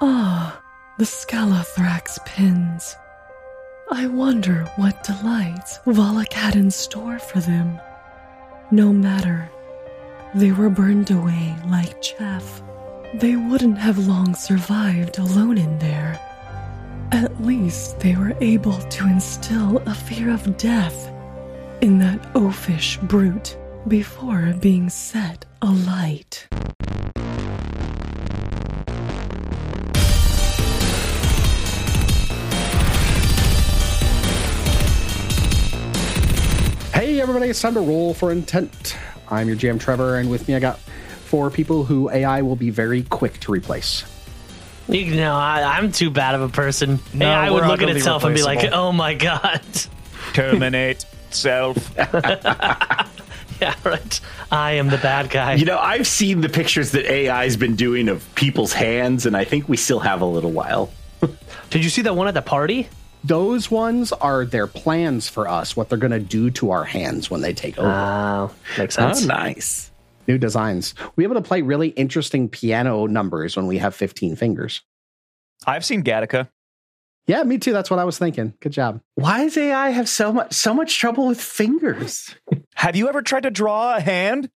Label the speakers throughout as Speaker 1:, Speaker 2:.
Speaker 1: Ah, the Scalathrax pins. I wonder what delights Volok had in store for them. No matter, they were burned away like chaff. They wouldn't have long survived alone in there. At least they were able to instill a fear of death in that oafish brute before being set alight.
Speaker 2: Hey, everybody, it's time to roll for intent. I'm your GM Trevor, and with me, I got four people who AI will be very quick to replace.
Speaker 3: You know, I, I'm too bad of a person. No, AI
Speaker 4: we're
Speaker 3: would
Speaker 4: all
Speaker 3: look at
Speaker 4: gonna be
Speaker 3: itself and be like,
Speaker 4: replaceable.
Speaker 3: "Oh my god."
Speaker 4: Terminate self.
Speaker 3: yeah, right. I am the bad guy.
Speaker 5: You know, I've seen the pictures that AI's been doing of people's hands, and I think we still have a little while. Oh,
Speaker 3: Did you see that one at the party?
Speaker 2: Those ones are their plans for us, what they're going to do to our hands when they take over.
Speaker 3: Wow, Uh, makes sense.
Speaker 5: nice.
Speaker 2: New designs. We're able to play really interesting piano numbers when we have 15 fingers.
Speaker 4: I've seen Gattaca.
Speaker 2: Yeah, me too. That's what I was thinking. Good job.
Speaker 5: Why does AI have so much so much trouble with fingers?
Speaker 4: Have you ever tried to draw a hand?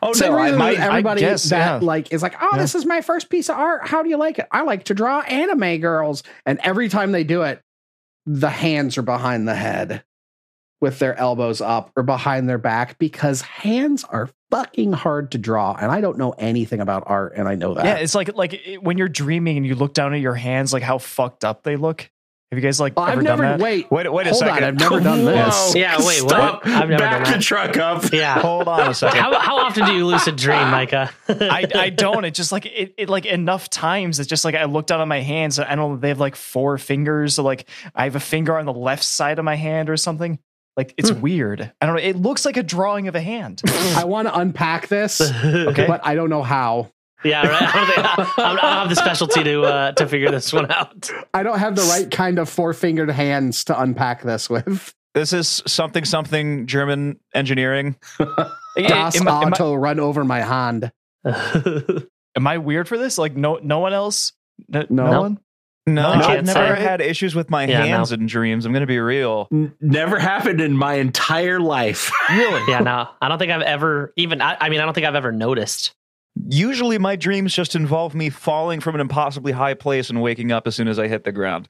Speaker 5: Oh
Speaker 2: So
Speaker 5: no, I
Speaker 2: really,
Speaker 5: might. I,
Speaker 2: everybody
Speaker 4: guess,
Speaker 2: that
Speaker 4: yeah.
Speaker 2: like is like, oh, this is my first piece of art. How do you like it? I like to draw anime girls, and every time they do it, the hands are behind the head, with their elbows up or behind their back because hands are fucking hard to draw, and I don't know anything about art, and I know that.
Speaker 6: Yeah, it's like like it- when you're dreaming and you look down at your hands, like how fucked up they look. Have you guys like
Speaker 2: Oh,
Speaker 6: ever
Speaker 2: I've
Speaker 6: done
Speaker 2: never
Speaker 6: that?
Speaker 2: wait.
Speaker 4: Wait, wait a
Speaker 2: hold on,
Speaker 4: second.
Speaker 2: I've never done this.
Speaker 3: Oh, Yeah, wait, what?
Speaker 5: Stop.
Speaker 3: I've never
Speaker 5: Back
Speaker 3: done
Speaker 5: the
Speaker 3: that.
Speaker 5: truck up.
Speaker 3: Yeah.
Speaker 4: Hold on a second.
Speaker 3: how, how often do you lucid dream, Micah?
Speaker 6: I, I don't. It's just like it, it like enough times that just like I looked down at my hands. and I don't. know, They have like four fingers. So like I have a finger on the left side of my hand or something. Like it's
Speaker 2: Hmm.
Speaker 6: weird. I don't know. It looks like a drawing of a hand.
Speaker 2: I want to unpack this,
Speaker 6: Okay.
Speaker 2: but I don't know how.
Speaker 3: yeah, right. I don't, think, I, I don't have the specialty to uh, to figure this one out.
Speaker 2: I don't have the right kind of four fingered hands to unpack this with.
Speaker 4: This is something something German engineering. It- it-
Speaker 2: Das
Speaker 4: am I- am I-
Speaker 2: Auto run over my hand.
Speaker 6: Am I weird for this? Like no no one else. No,
Speaker 2: No.
Speaker 6: no one.
Speaker 4: no,
Speaker 3: I can't
Speaker 4: I've never
Speaker 3: say.
Speaker 4: had issues with my
Speaker 3: Yeah,
Speaker 4: hands in dreams. I'm going to be real.
Speaker 5: N- Never happened in my entire life.
Speaker 4: Really?
Speaker 3: yeah, no, I don't think I've ever even. I, I mean, I don't think I've ever noticed.
Speaker 4: Usually, my dreams just involve me falling from an impossibly high place and waking up as soon as I hit the ground,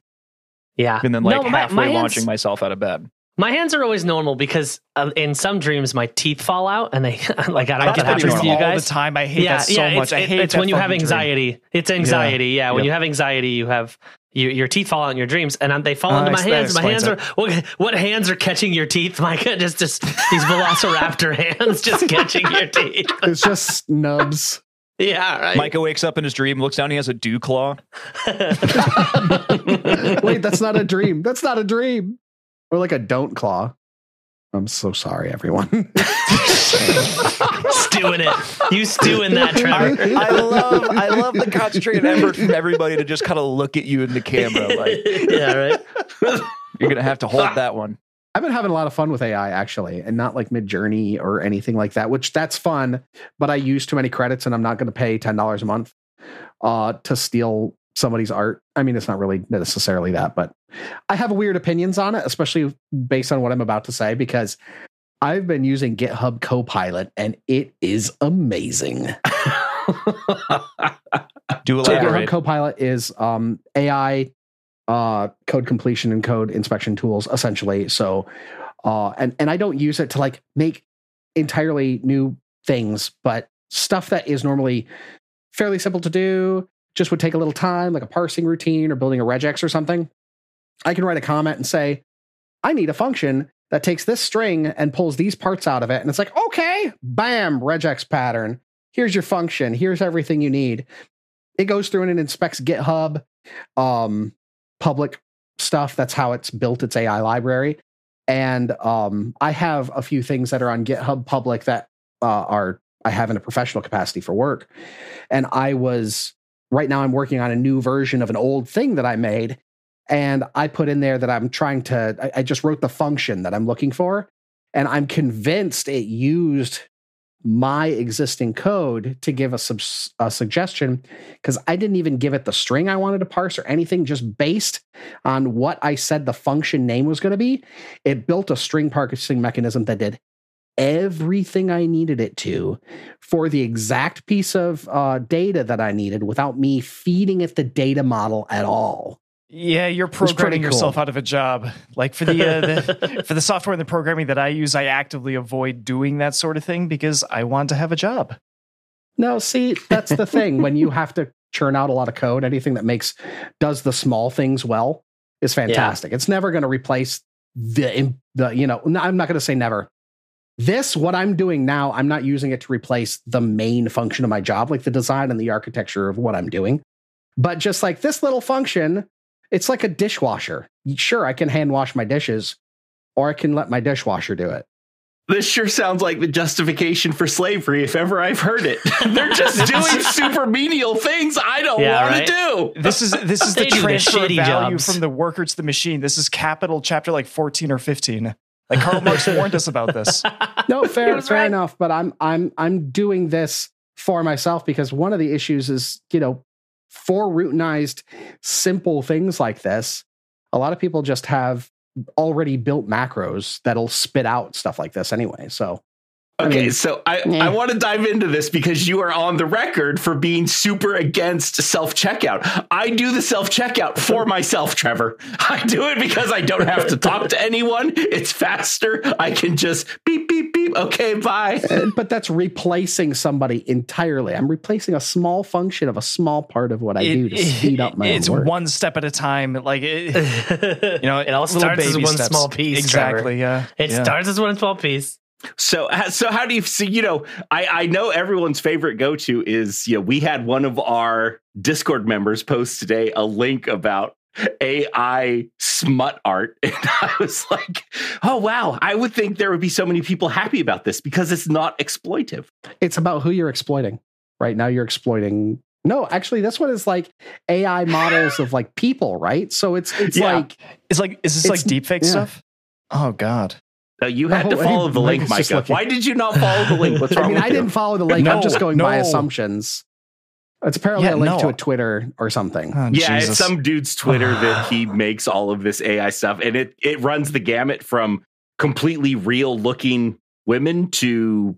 Speaker 3: Yeah,
Speaker 4: and then
Speaker 3: No,
Speaker 4: like
Speaker 3: my- my
Speaker 4: halfway
Speaker 3: hands-
Speaker 4: launching myself out of bed.
Speaker 3: My hands are always normal because um, in some dreams my teeth fall out and they like I don't
Speaker 6: That's
Speaker 3: get
Speaker 6: what
Speaker 3: happens
Speaker 6: happens
Speaker 3: to
Speaker 4: normal.
Speaker 3: you
Speaker 6: all the
Speaker 3: guys.
Speaker 6: time. I hate that so
Speaker 3: it's,
Speaker 6: much. I
Speaker 3: it-
Speaker 6: hate
Speaker 3: it's
Speaker 6: that
Speaker 3: when you have
Speaker 6: fucking dream.
Speaker 3: anxiety. It's anxiety. Yeah, when
Speaker 4: Yep.
Speaker 3: you have anxiety, you have you, your teeth fall out in your dreams, and um, they fall
Speaker 6: Oh,
Speaker 3: into my
Speaker 6: nice. That
Speaker 3: hands. My hands
Speaker 6: explains
Speaker 3: are what, what hands are catching your teeth, Micah? Just just these Velociraptor hands just catching your teeth.
Speaker 2: It's just snubs.
Speaker 3: Yeah, right.
Speaker 4: Micah wakes up in his dream, looks down, he has a dew claw.
Speaker 2: Wait, that's not a dream. That's not a dream. Or like a don't claw. I'm so sorry, everyone.
Speaker 3: stewing it. You stewing that, Trevor.
Speaker 4: I love, I love the concentrated effort from everybody to just kind of look at you in the camera. Like
Speaker 3: yeah, right.
Speaker 4: you're gonna have to hold that one.
Speaker 2: I've been having a lot of fun with AI actually, and not like Midjourney or anything like that, which that's fun, but I use too many credits and I'm not gonna pay ten dollars a month uh to steal somebody's art. I mean, it's not really necessarily that, but I have weird opinions on it, especially based on what I'm about to say, because I've been using GitHub Copilot and it is amazing.
Speaker 4: Do
Speaker 2: So GitHub
Speaker 4: elaborate.
Speaker 2: Copilot is um, AI uh, code completion and code inspection tools, essentially. So, uh, and and I don't use it to like make entirely new things, but stuff that is normally fairly simple to do just would take a little time, like a parsing routine or building a regex or something. I can write a comment and say, I need a function that takes this string and pulls these parts out of it. And it's like, okay, bam, regex pattern. Here's your function. Here's everything you need. It goes through and it inspects GitHub, um, public stuff. That's how it's built its AI library. And um, I have a few things that are on GitHub public that uh, are I have in a professional capacity for work. And I was right now I'm working on a new version of an old thing that I made and I put in there that I'm trying to, I, I just wrote the function that I'm looking for, and I'm convinced it used my existing code to give a, subs- a suggestion because I didn't even give it the string I wanted to parse or anything, just based on what I said the function name was going to be. It built a string parsing mechanism that did everything I needed it to for the exact piece of uh, data that I needed without me feeding it the data model at all.
Speaker 7: Yeah, you're
Speaker 2: pretty
Speaker 7: programming yourself
Speaker 2: cool.
Speaker 7: out of a job. Like for the, uh, the for the software and the programming that I use, I actively avoid doing that sort of thing because I want to have a job.
Speaker 2: No, see, that's the thing. When you have to churn out a lot of code, anything that makes does the small things well is fantastic. It's never going to replace the the you know. no, I'm not going to say never. This what I'm doing now. I'm not using it to replace the main function of my job, like the design and the architecture of what I'm doing. But just like this little function, it's like a dishwasher. Sure, I can hand wash my dishes, or I can let my dishwasher do it.
Speaker 5: This sure sounds like the justification for slavery, if ever I've heard it. They're just doing super menial things I don't
Speaker 8: Yeah,
Speaker 5: want
Speaker 8: right?
Speaker 5: to do.
Speaker 7: This is this is the
Speaker 8: They do the
Speaker 7: transfer of
Speaker 8: shitty
Speaker 7: value
Speaker 8: jobs.
Speaker 7: from the worker to the machine. This is Capital chapter like 14 or 15. Like Karl Marx warned us about this.
Speaker 2: no, fair,
Speaker 5: was
Speaker 2: fair
Speaker 5: right.
Speaker 2: enough. But I'm I'm I'm doing this for myself because one of the issues is you know for routinized simple things like this, a lot of people just have already built macros that'll spit out stuff like this anyway. So I
Speaker 5: Okay,
Speaker 2: mean,
Speaker 5: so I,
Speaker 2: yeah.
Speaker 5: I want to dive into this because you are on the record for being super against self checkout. I do the self checkout for myself, Trevor. I do it because I don't have to talk to anyone. It's faster. I can just beep, beep, beep. Okay, bye.
Speaker 2: uh, but that's replacing somebody entirely. I'm replacing a small function of a small part of what I
Speaker 7: It-
Speaker 2: do to speed up my
Speaker 7: it's
Speaker 2: own work.
Speaker 7: one step at a time. Like it, you know,
Speaker 8: it all
Speaker 7: little
Speaker 8: starts as
Speaker 7: baby
Speaker 8: one
Speaker 7: steps.
Speaker 8: small piece.
Speaker 7: Exactly.
Speaker 8: Trevor.
Speaker 7: Yeah.
Speaker 8: It
Speaker 7: yeah.
Speaker 8: starts as one small piece.
Speaker 5: So, ha- so how do you see? You know, I I know everyone's favorite go to is you know we had one of our Discord members post today a link about AI smut art, and I was like, oh wow, I would think there would be so many people happy about this because it's not exploitive.
Speaker 2: it's about who you're exploiting right now you're exploiting no actually this one is like ai models of like people right so it's it's
Speaker 5: Yeah.
Speaker 2: like
Speaker 7: It's like is this
Speaker 2: It's-
Speaker 7: like deep fake
Speaker 2: yeah.
Speaker 7: stuff? Oh god.
Speaker 5: Uh, you had
Speaker 2: No,
Speaker 5: to follow
Speaker 2: Oh, I-
Speaker 5: the
Speaker 2: Mike
Speaker 5: link,
Speaker 2: is just
Speaker 5: Micah.
Speaker 2: looking.
Speaker 5: Why did you not follow the link? What's wrong
Speaker 2: i mean
Speaker 5: with
Speaker 2: i
Speaker 5: you?
Speaker 2: didn't follow the link i'm
Speaker 7: No,
Speaker 2: just going by
Speaker 7: no.
Speaker 2: assumptions it's apparently
Speaker 7: Yeah,
Speaker 2: a link
Speaker 7: no.
Speaker 2: to a twitter or something
Speaker 7: Oh,
Speaker 5: yeah,
Speaker 7: Jesus.
Speaker 5: it's some dude's Twitter that he makes all of this AI stuff, and it it runs the gamut from completely real looking women to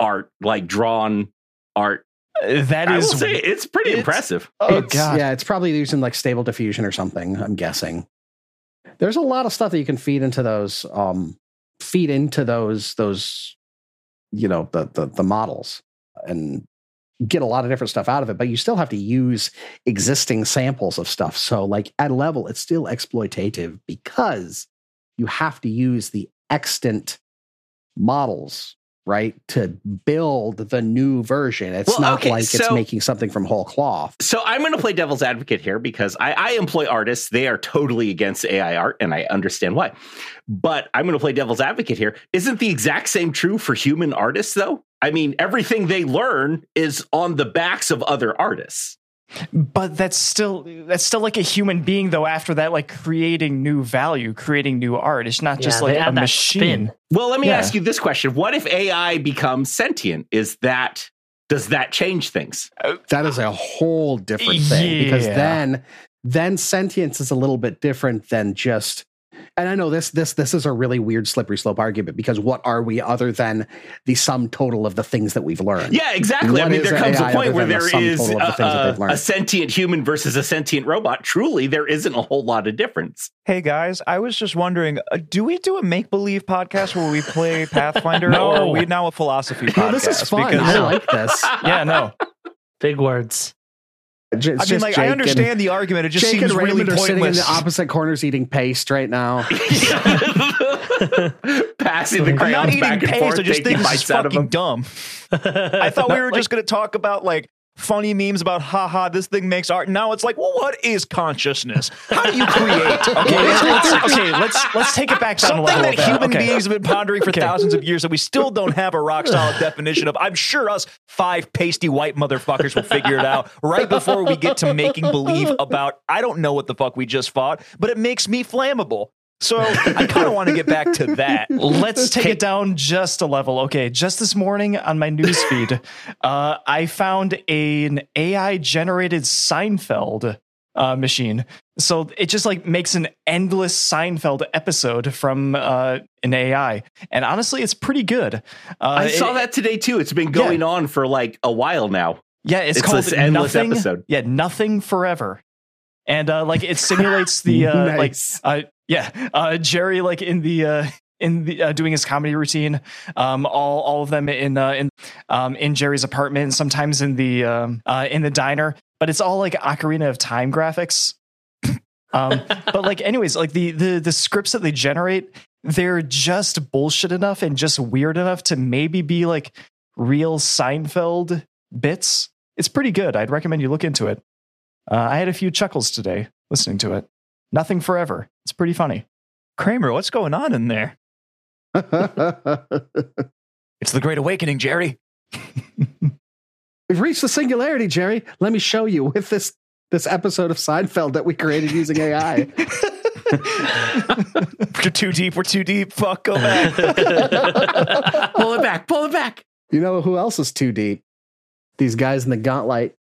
Speaker 5: art, like drawn art.
Speaker 7: that
Speaker 5: I will
Speaker 7: is
Speaker 5: say it's pretty
Speaker 7: it's-
Speaker 5: impressive.
Speaker 7: Oh
Speaker 2: it's,
Speaker 7: god.
Speaker 2: yeah it's probably using like stable diffusion or something i'm guessing there's a lot of stuff that you can feed into those um feed into those those you know the the, the models and get a lot of different stuff out of it but you still have to use existing samples of stuff so like at a level it's still exploitative because you have to use the extant models right to build the new version it's
Speaker 5: Well,
Speaker 2: not
Speaker 5: okay,
Speaker 2: like it's
Speaker 5: so-
Speaker 2: making something from whole cloth
Speaker 5: So I'm going to play devil's advocate here because I, I employ artists. They are totally against AI art, and I understand why. But I'm going to play devil's advocate here. Isn't the exact same true for human artists, though? I mean, everything they learn is on the backs of other artists.
Speaker 7: But that's still that's still like a human being though. After that, like creating new value, creating new art. It's not just
Speaker 8: Yeah,
Speaker 7: like
Speaker 8: they
Speaker 7: a
Speaker 8: add that
Speaker 7: machine.
Speaker 8: spin.
Speaker 5: Well, let me
Speaker 7: Yeah.
Speaker 5: ask you this question: What if AI becomes sentient? Is that does that change things?
Speaker 2: that is a whole different thing because
Speaker 7: Yeah.
Speaker 2: then then sentience is a little bit different than just and i know this this this is a really weird slippery slope argument because what are we other than the sum total of the things that we've learned
Speaker 5: Yeah, exactly. I
Speaker 2: What
Speaker 5: mean,
Speaker 2: is
Speaker 5: there
Speaker 2: an
Speaker 5: comes
Speaker 2: AI
Speaker 5: a point
Speaker 2: other
Speaker 5: where
Speaker 2: than the
Speaker 5: there
Speaker 2: sum
Speaker 5: is
Speaker 2: total of the things that
Speaker 5: a,
Speaker 2: they've
Speaker 5: a,
Speaker 2: learned?
Speaker 5: a sentient human versus a sentient robot. Truly, there isn't a whole lot of difference.
Speaker 4: Hey guys, I was just wondering, uh, do we do a make believe podcast where we play Pathfinder,
Speaker 7: No.
Speaker 4: or are we now a philosophy podcast?
Speaker 2: Well, this is fun i like this
Speaker 7: Yeah, no.
Speaker 8: Big words.
Speaker 2: J- it's
Speaker 4: I mean,
Speaker 2: just
Speaker 4: like,
Speaker 2: Jake
Speaker 4: I
Speaker 2: and-
Speaker 4: understand the argument. It just
Speaker 2: Jake and
Speaker 4: seems really
Speaker 2: Raymond are
Speaker 4: pointless.
Speaker 2: sitting in the opposite corners eating paste right now.
Speaker 5: Passing the
Speaker 4: I'm not
Speaker 5: crayons
Speaker 4: eating
Speaker 5: back and
Speaker 4: paste.
Speaker 5: forth,
Speaker 4: I just think
Speaker 5: taking
Speaker 4: this is
Speaker 5: bites out of
Speaker 4: fucking
Speaker 5: them.
Speaker 4: dumb. I thought we were
Speaker 8: Like-
Speaker 4: just going to talk about like funny memes about haha this thing makes art. Now it's like, well, what is consciousness? How do you create?
Speaker 7: Okay, let's, let's- okay, let's let's take it back down
Speaker 4: Something
Speaker 7: a level.
Speaker 4: that
Speaker 7: then.
Speaker 4: human
Speaker 7: okay.
Speaker 4: beings have been pondering for
Speaker 7: Okay.
Speaker 4: thousands of years that we still don't have a rock solid definition of. I'm sure us five pasty white motherfuckers will figure it out right before we get to making believe about I don't know what the fuck we just fought, but it makes me flammable. So I kind of want to get back to that.
Speaker 7: Let's take it down just a level. Okay, just this morning on my newsfeed, uh, I found an AI generated Seinfeld uh, machine. So it just like makes an endless Seinfeld episode from uh, an AI, and honestly, it's pretty good. Uh,
Speaker 5: I
Speaker 7: it-
Speaker 5: saw that today too. It's been going on for like a while now.
Speaker 7: Yeah, it's,
Speaker 5: It's
Speaker 7: called
Speaker 5: this endless
Speaker 7: nothing,
Speaker 5: episode.
Speaker 7: Yeah, nothing forever, and uh, like it simulates the uh,
Speaker 2: Nice.
Speaker 7: like uh, yeah uh, Jerry like in the uh, in the uh, doing his comedy routine, um, all all of them in uh, in um, in Jerry's apartment, and sometimes in the um, uh, in the diner, but it's all like Ocarina of Time graphics. um, but like anyways, like the the the scripts that they generate, they're just bullshit enough and just weird enough to maybe be like real Seinfeld bits. It's pretty good. I'd recommend you look into it. Uh, I had a few chuckles today listening to it. Nothing forever. It's pretty funny.
Speaker 4: Kramer, what's going on in there? It's the Great Awakening, Jerry.
Speaker 2: We've reached the singularity, Jerry. Let me show you with this this episode of Seinfeld that we created using AI.
Speaker 4: We're too deep. We're too deep. Fuck, go back.
Speaker 5: pull it back. Pull it back.
Speaker 2: you know who else is too deep? These guys in the gauntlet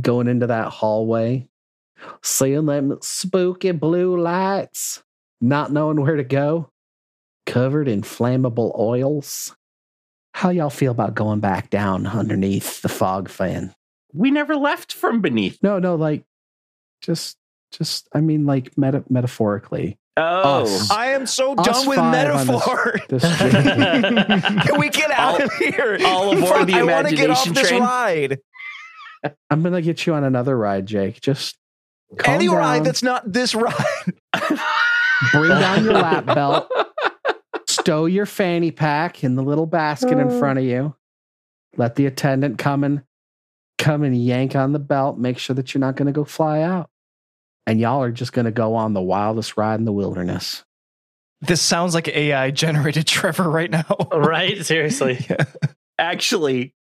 Speaker 2: going into that hallway, seeing them spooky blue lights, not knowing where to go, covered in flammable oils. How y'all feel about going back down underneath the fog fan?
Speaker 5: We never left from beneath.
Speaker 2: No, no, like just just I mean like meta- metaphorically.
Speaker 5: Oh,
Speaker 2: Us.
Speaker 4: I am so
Speaker 2: Us
Speaker 4: done with
Speaker 2: five on this-
Speaker 4: metaphor.
Speaker 2: This journey.
Speaker 4: Can we get out
Speaker 5: All-
Speaker 4: of here?
Speaker 5: all aboard the
Speaker 4: I wanna get off
Speaker 5: imagination
Speaker 4: this
Speaker 5: train.
Speaker 4: ride.
Speaker 2: I'm gonna get you on another ride, Jake. Just calm
Speaker 4: Any
Speaker 2: down,
Speaker 4: ride that's not this ride.
Speaker 2: bring down your lap belt, stow your fanny pack in the little basket
Speaker 5: Oh.
Speaker 2: in front of you. Let the attendant come and come and yank on the belt. Make sure that you're not gonna go fly out, and y'all are just gonna go on the wildest ride in the wilderness.
Speaker 7: This sounds like AI generated Trevor right now.
Speaker 4: Oh.
Speaker 8: right? Seriously.
Speaker 5: actually,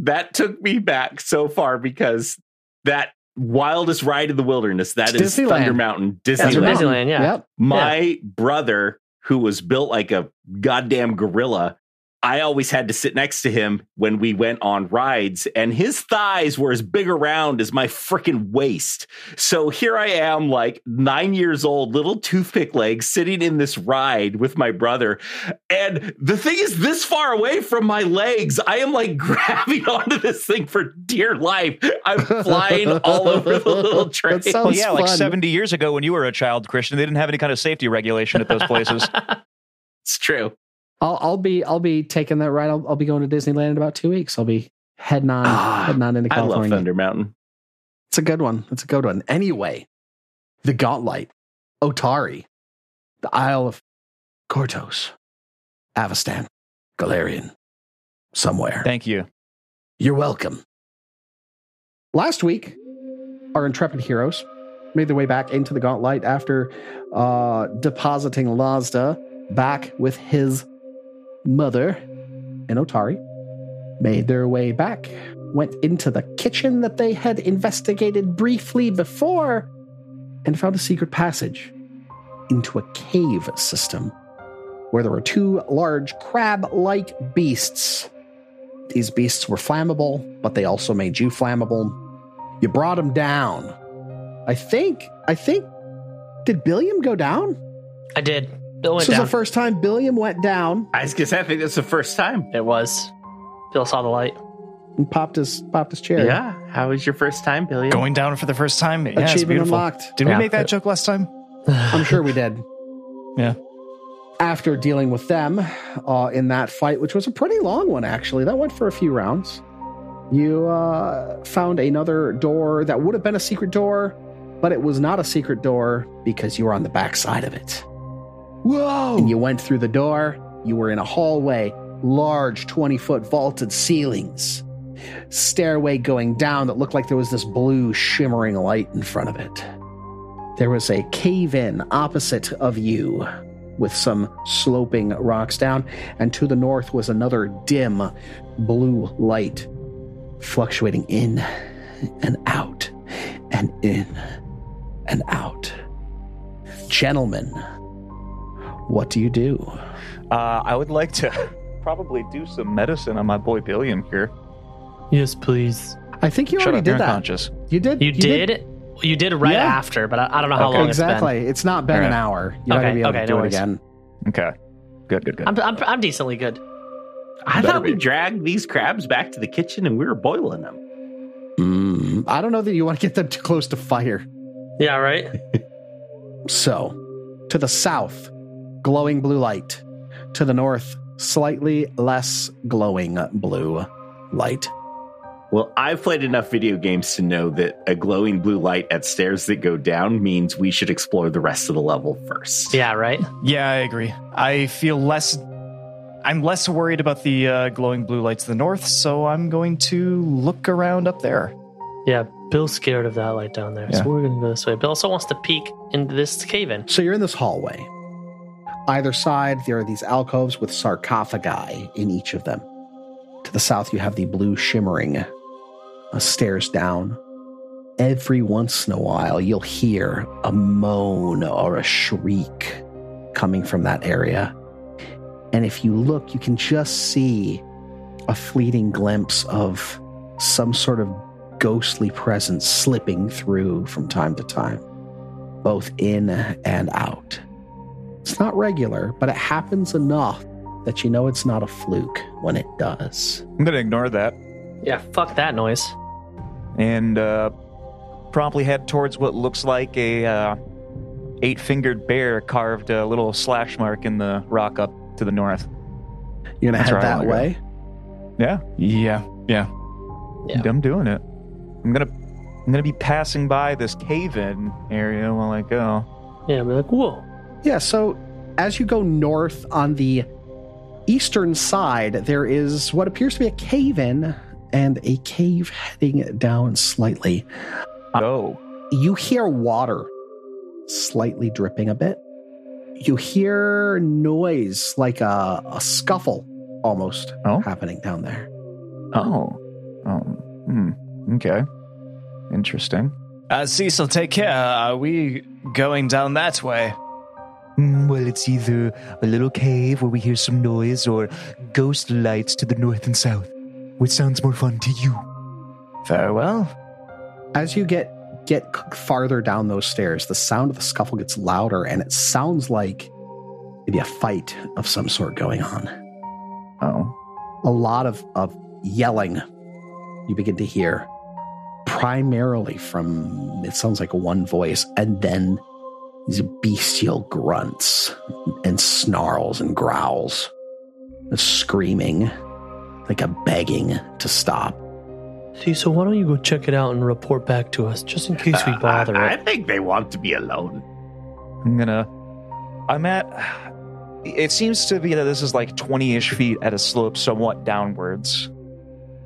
Speaker 5: that took me back so far because that wildest ride in the wilderness that is
Speaker 2: Disneyland.
Speaker 5: Thunder Mountain
Speaker 8: That's
Speaker 5: Disneyland.
Speaker 2: right.
Speaker 8: Disneyland, yeah.
Speaker 2: Yep.
Speaker 5: My brother, who was built like a goddamn gorilla, I always had to sit next to him when we went on rides, and his thighs were as big around as my freaking waist. So here I am, like nine years old, little toothpick leg, sitting in this ride with my brother. And the thing is, this far away from my legs, I am like grabbing onto this thing for dear life. I'm flying all over the little
Speaker 2: That
Speaker 5: train.
Speaker 2: sounds
Speaker 4: Well, Oh, yeah, like
Speaker 2: fun.
Speaker 4: 70 years ago when you were a child, Christian, they didn't have any kind of safety regulation at those places.
Speaker 5: It's true.
Speaker 2: I'll, I'll be I'll be taking that ride. I'll, I'll be going to Disneyland in about two weeks. I'll be heading on
Speaker 5: Ah,
Speaker 2: heading on into
Speaker 5: I love
Speaker 2: California.
Speaker 5: Thunder Mountain.
Speaker 2: It's a good one. It's a good one. Anyway, the Gauntlet, Otari, the Isle of Kortos, Avastan, Galarian, somewhere.
Speaker 4: Thank you.
Speaker 2: You're welcome. Last week, our intrepid heroes made their way back into the Gauntlet after uh, depositing Lazda back with his mother and Otari. Made their way back, went into the kitchen that they had investigated briefly before, and found a secret passage into a cave system where there were two large crab like beasts. These beasts were flammable, but they also made you flammable. You brought them down. I think, I think, did Billiam go down?
Speaker 8: I did. Bill went
Speaker 2: this was
Speaker 8: down.
Speaker 2: the first time Billiam went down
Speaker 5: I was gonna say, I think that's the first time.
Speaker 8: it was. Bill saw the light.
Speaker 2: and popped his popped his chair.
Speaker 5: Yeah. How was your first time, Billy?
Speaker 7: Going down for the first time. Yeah, it's
Speaker 2: Achievement
Speaker 7: beautiful.
Speaker 2: unlocked.
Speaker 7: Did
Speaker 8: Yeah.
Speaker 7: we make that joke last time?
Speaker 2: I'm sure we did.
Speaker 7: Yeah.
Speaker 2: After dealing with them uh, in that fight, which was a pretty long one, actually, that went for a few rounds, you uh, found another door that would have been a secret door, but it was not a secret door because you were on the backside of it.
Speaker 4: Whoa.
Speaker 2: and you went through the door. You were in a hallway, large 20 foot vaulted ceilings, stairway going down that looked like there was this blue shimmering light in front of it. There was a cave in opposite of you with some sloping rocks down, and to the north was another dim blue light fluctuating in and out and in and out. Gentlemen, What do you do?
Speaker 4: Uh, I would like to probably do some medicine on my boy Billiam here.
Speaker 9: Yes, please.
Speaker 2: I think you
Speaker 4: Shut
Speaker 2: already
Speaker 4: up, you're
Speaker 2: did that.
Speaker 4: unconscious.
Speaker 2: You did.
Speaker 8: You, did? You did right
Speaker 2: Yeah.
Speaker 8: after, but I, I don't know how
Speaker 4: Okay.
Speaker 8: long
Speaker 2: Exactly. It's not been
Speaker 4: All
Speaker 2: an
Speaker 4: right.
Speaker 2: hour. You're not
Speaker 8: Okay,
Speaker 2: gonna be able
Speaker 8: okay,
Speaker 2: to do
Speaker 8: no
Speaker 2: it
Speaker 8: worries.
Speaker 2: again.
Speaker 4: Okay. Good, good, good.
Speaker 8: it's been. I'm, I'm, I'm decently good.
Speaker 5: I
Speaker 4: Better
Speaker 5: thought we
Speaker 4: be.
Speaker 5: dragged these crabs back to the kitchen and we were boiling them.
Speaker 2: Mm, I don't know that you want to get them too close to fire.
Speaker 8: Yeah, right?
Speaker 2: So, to the south, glowing blue light. To the north, slightly less glowing blue light.
Speaker 5: Well, I've played enough video games to know that a glowing blue light at stairs that go down means we should explore the rest of the level first.
Speaker 8: Yeah, right?
Speaker 7: Yeah, I agree. I feel less. I'm less worried about the uh, glowing blue lights to the north, so I'm going to look around up there.
Speaker 9: Yeah, Bill's scared of that light down there,
Speaker 7: Yeah.
Speaker 9: so we're gonna go
Speaker 8: This way. Bill also wants to peek into this cave in.
Speaker 2: So you're in this hallway. Either side, there are these alcoves with sarcophagi in each of them. To the south, you have the blue shimmering uh, stairs down. Every once in a while, you'll hear a moan or a shriek coming from that area. And if you look, you can just see a fleeting glimpse of some sort of ghostly presence slipping through from time to time both in and out. It's not regular, but it happens enough that you know it's not a fluke when it does.
Speaker 4: I'm going to ignore that
Speaker 8: Yeah, fuck that noise.
Speaker 4: and uh, promptly head towards what looks like a uh, eight fingered bear carved a little slash mark in the rock up to the north.
Speaker 2: You're gonna
Speaker 4: That's
Speaker 2: head
Speaker 4: right,
Speaker 2: that
Speaker 4: I'll go.
Speaker 2: way.
Speaker 4: Yeah.
Speaker 7: Yeah, yeah.
Speaker 8: Yeah.
Speaker 4: I'm doing it. I'm going to. I'm gonna be passing by this cave-in area while I go.
Speaker 9: Yeah, we're like, whoa.
Speaker 2: Yeah, so as you go north on the eastern side, there is what appears to be a cave in and a cave heading down slightly.
Speaker 4: Oh,
Speaker 2: you hear water slightly dripping a bit. You hear noise like a, a scuffle almost
Speaker 4: Oh.
Speaker 2: happening down there.
Speaker 4: oh, oh. Hmm. Okay. Interesting.
Speaker 7: Uh, Cecil, take care. Are we going down that way?
Speaker 4: Mm, well, it's either a little cave where we hear some noise or ghost lights to the north and south. Which sounds more fun to you?
Speaker 7: Very Uh, well.
Speaker 2: As you get get c- farther down those stairs, the sound of the scuffle gets louder and it sounds like maybe a fight of some sort going on.
Speaker 4: Oh.
Speaker 2: a lot of, of yelling you begin to hear, primarily from it sounds like one voice, and then these bestial grunts and snarls and growls, screaming, like a begging to stop.
Speaker 9: See, so why don't you go check it out and report back to us, just in case we
Speaker 5: Uh,
Speaker 9: bother
Speaker 5: I, I
Speaker 9: it?
Speaker 5: think they want to be alone.
Speaker 4: I'm gonna. I'm at. It seems to be that this is like 20 ish feet at a slope somewhat downwards.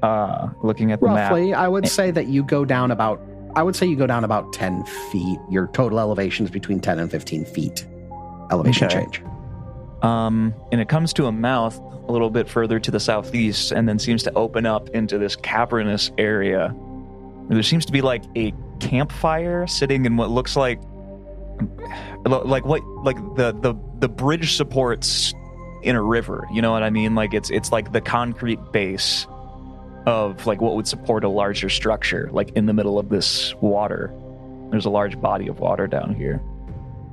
Speaker 4: Uh, looking at the map.
Speaker 2: Roughly, I would say that you go down about. I would say you go down about ten feet. Your total elevation is between ten and fifteen feet. Elevation
Speaker 4: Okay.
Speaker 2: change.
Speaker 4: Um, and it comes to a mouth a little bit further to the southeast and then seems to open up into this cavernous area. There seems to be like a campfire sitting in what looks like lo- like what like the the the bridge supports in a river, you know what I mean? Like it's it's like the concrete base of like what would support a larger structure like in the middle of this water. There's a large body of water down here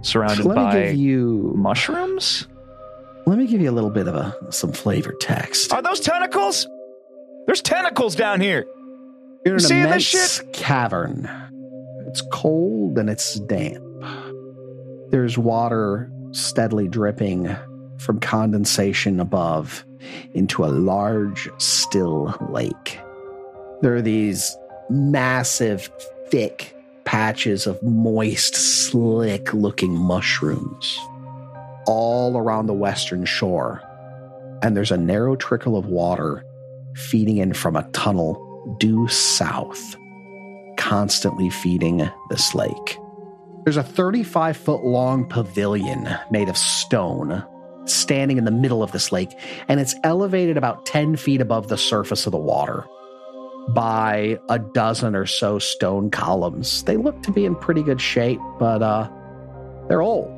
Speaker 4: surrounded
Speaker 2: Let me
Speaker 4: by
Speaker 2: give you.
Speaker 4: mushrooms.
Speaker 2: Let me give you a little bit of a some flavor text.
Speaker 4: Are those tentacles? There's tentacles down here.
Speaker 2: You're in
Speaker 4: You
Speaker 2: an
Speaker 4: seeing
Speaker 2: immense
Speaker 4: this
Speaker 2: cavern. It's cold and it's damp. There's water steadily dripping from condensation above into a large, still lake. There are these massive, thick patches of moist, slick looking mushrooms all around the western shore. And there's a narrow trickle of water feeding in from a tunnel due south, constantly feeding this lake. There's a 35 foot long pavilion made of stone standing in the middle of this lake, and it's elevated about 10 feet above the surface of the water by a dozen or so stone columns. They look to be in pretty good shape, but uh, they're old.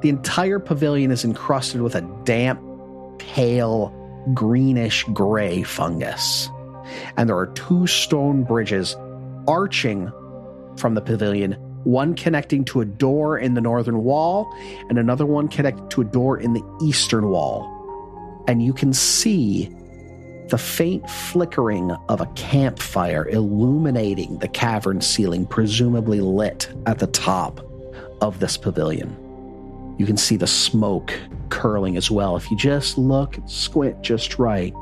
Speaker 2: The entire pavilion is encrusted with a damp, pale, greenish gray fungus. And there are two stone bridges arching from the pavilion, one connecting to a door in the northern wall, and another one connected to a door in the eastern wall. And you can see the faint flickering of a campfire illuminating the cavern ceiling, presumably lit at the top of this pavilion. You can see the smoke curling as well. If you just look and squint just right,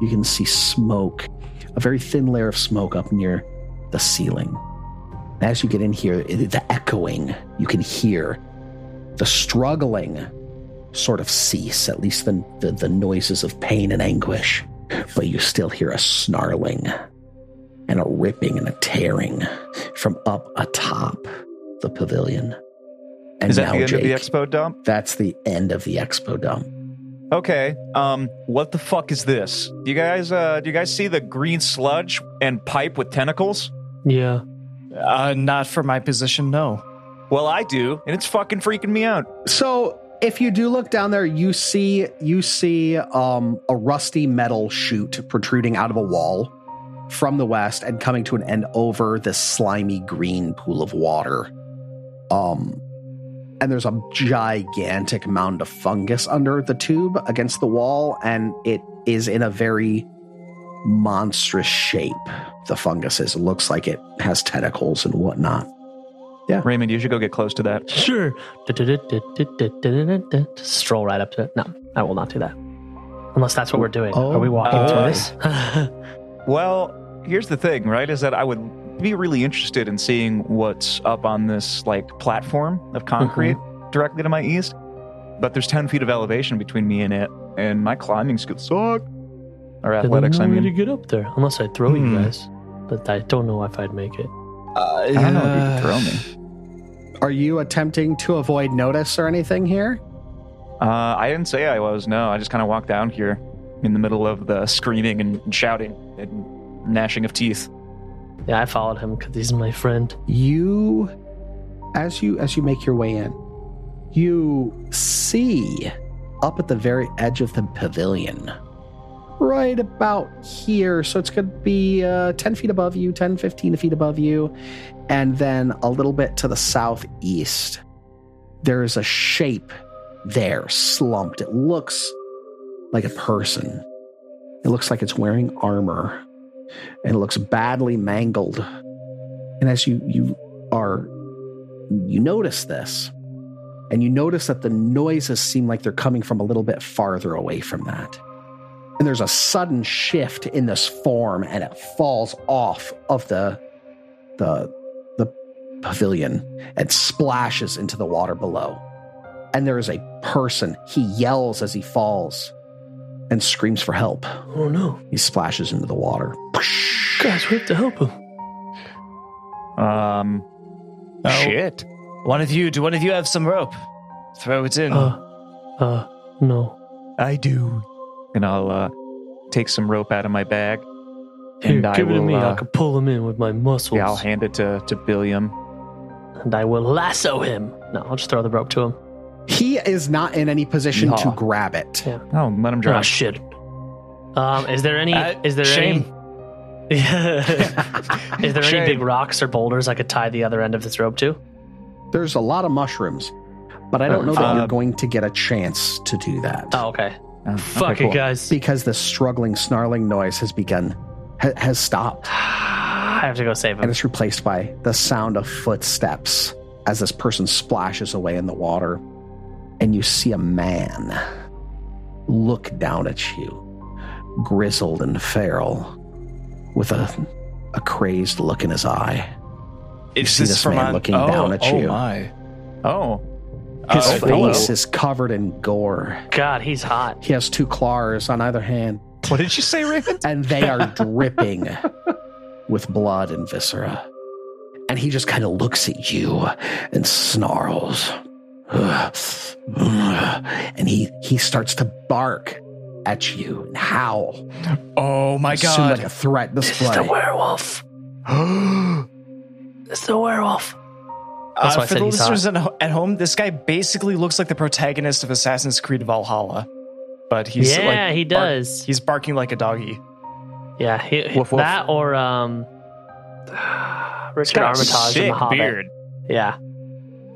Speaker 2: you can see smoke, a very thin layer of smoke up near the ceiling. As you get in here, it- the echoing you can hear, the struggling sort of cease, at least the, the, the noises of pain and anguish but you still hear a snarling and a ripping and a tearing from up atop the pavilion. And
Speaker 4: Is that
Speaker 2: now,
Speaker 4: the end
Speaker 2: Jake,
Speaker 4: of the expo dump?
Speaker 2: that's the end of the expo dump.
Speaker 4: Okay. Um, what the fuck is this? Do you guys uh do you guys see the green sludge and pipe with tentacles?
Speaker 9: Yeah.
Speaker 7: Uh, not for my position, no.
Speaker 4: Well, I do, and it's fucking freaking me out.
Speaker 2: So if you do look down there, you see you see um, a rusty metal chute protruding out of a wall from the west and coming to an end over this slimy green pool of water. Um, and there's a gigantic mound of fungus under the tube against the wall, and it is in a very monstrous shape. The fungus is. It looks like it has tentacles and whatnot.
Speaker 4: Raymond, you should go get close to that.
Speaker 9: Sure. Stroll right up to it. No, I will not do that. Unless that's what we're doing.
Speaker 2: Oh.
Speaker 9: Are we walking
Speaker 4: Oh.
Speaker 9: through this?
Speaker 4: Well, here's the thing, right? Is that I would be really interested in seeing what's up on this like platform of concrete
Speaker 2: Mm-hmm.
Speaker 4: directly to my east. But there's ten feet of elevation between me and it, and my climbing skills suck. Or
Speaker 9: I don't
Speaker 4: athletics,
Speaker 9: know
Speaker 4: I
Speaker 9: where to
Speaker 4: mean.
Speaker 9: get up there. Unless I throw
Speaker 4: Hmm.
Speaker 9: you guys. But I don't know if I'd make it.
Speaker 7: Uh,
Speaker 4: I don't know if you could throw me.
Speaker 2: Are you attempting to avoid notice or anything here?
Speaker 4: Uh, I didn't say I was. No, I just kind of walked down here in the middle of the screaming and shouting and gnashing of teeth.
Speaker 9: Yeah, I followed him because he's my friend.
Speaker 2: you as you as you make your way in you see up at the very edge of the pavilion right about here so it's going to be uh, 10 feet above you 10 15 feet above you and then a little bit to the southeast there is a shape there slumped it looks like a person it looks like it's wearing armor and it looks badly mangled and as you you are you notice this and you notice that the noises seem like they're coming from a little bit farther away from that and there's a sudden shift in this form and it falls off of the the the pavilion and splashes into the water below and there is a person he yells as he falls and screams for help
Speaker 9: Oh no.
Speaker 2: he splashes into the water
Speaker 9: Guys, we have to help him.
Speaker 4: Um,
Speaker 7: Oh.
Speaker 4: shit.
Speaker 7: One of you, do one of you have some rope? Throw it in.
Speaker 9: Uh, uh, no.
Speaker 4: I do. And I'll uh, take some rope out of my bag.
Speaker 9: Here,
Speaker 4: I
Speaker 9: give it to
Speaker 4: will,
Speaker 9: me.
Speaker 4: uh,
Speaker 9: I can pull him in with my muscles.
Speaker 4: Yeah, I'll hand it to to Billiam.
Speaker 9: and I will lasso him. No, I'll just throw the rope to him.
Speaker 2: he is not in any position to
Speaker 4: Nah.
Speaker 2: grab it
Speaker 4: Oh, let him
Speaker 9: Oh
Speaker 3: Ah,
Speaker 4: drown.
Speaker 9: shit. Um, is there any?
Speaker 7: Uh,
Speaker 9: is there
Speaker 7: shame.
Speaker 9: any? is there
Speaker 4: Shame.
Speaker 9: any big rocks or boulders I could tie the other end of this rope to?
Speaker 2: There's a lot of mushrooms, but I don't know that
Speaker 4: Uh,
Speaker 2: you're going to get a chance to do that
Speaker 9: Oh, okay.
Speaker 4: Oh, okay,
Speaker 9: Fuck
Speaker 4: cool.
Speaker 9: it, guys.
Speaker 2: because the struggling, snarling noise has begun, ha- has stopped,
Speaker 9: Ah, I have to go save
Speaker 2: and
Speaker 9: him.
Speaker 2: it's replaced by the sound of footsteps as this person splashes away in the water, and you see a man look down at you, grizzled and feral, with a a crazed look in his eye.
Speaker 7: Is
Speaker 2: see this man looking down at
Speaker 7: oh
Speaker 2: you.
Speaker 7: my.
Speaker 4: Oh,
Speaker 2: His
Speaker 4: Oh, hello.
Speaker 2: face is covered in gore.
Speaker 9: God, he's hot.
Speaker 2: He has two claws on either hand.
Speaker 4: what did you say, Raymond?
Speaker 2: and they are dripping with blood and viscera. And he just kind of looks at you and snarls. And he he starts to bark at you and howl.
Speaker 7: Oh my
Speaker 2: Soon like
Speaker 7: god.
Speaker 2: a threat this
Speaker 9: This is the
Speaker 2: way.
Speaker 9: werewolf. it's the werewolf. That's why I
Speaker 7: Uh, for
Speaker 9: said
Speaker 7: the
Speaker 9: he's hot.
Speaker 7: listeners at, ho- at home, this guy basically looks like the protagonist of Assassin's Creed Valhalla, but he's
Speaker 3: yeah,
Speaker 7: like,
Speaker 3: he
Speaker 7: bark-
Speaker 3: does.
Speaker 7: he's barking like a doggy.
Speaker 3: yeah, he, he-
Speaker 9: Woof, woof.
Speaker 3: that or um, Richard
Speaker 4: got a
Speaker 3: Armitage in
Speaker 4: sick
Speaker 3: the Hobbit.
Speaker 4: beard.
Speaker 3: Yeah,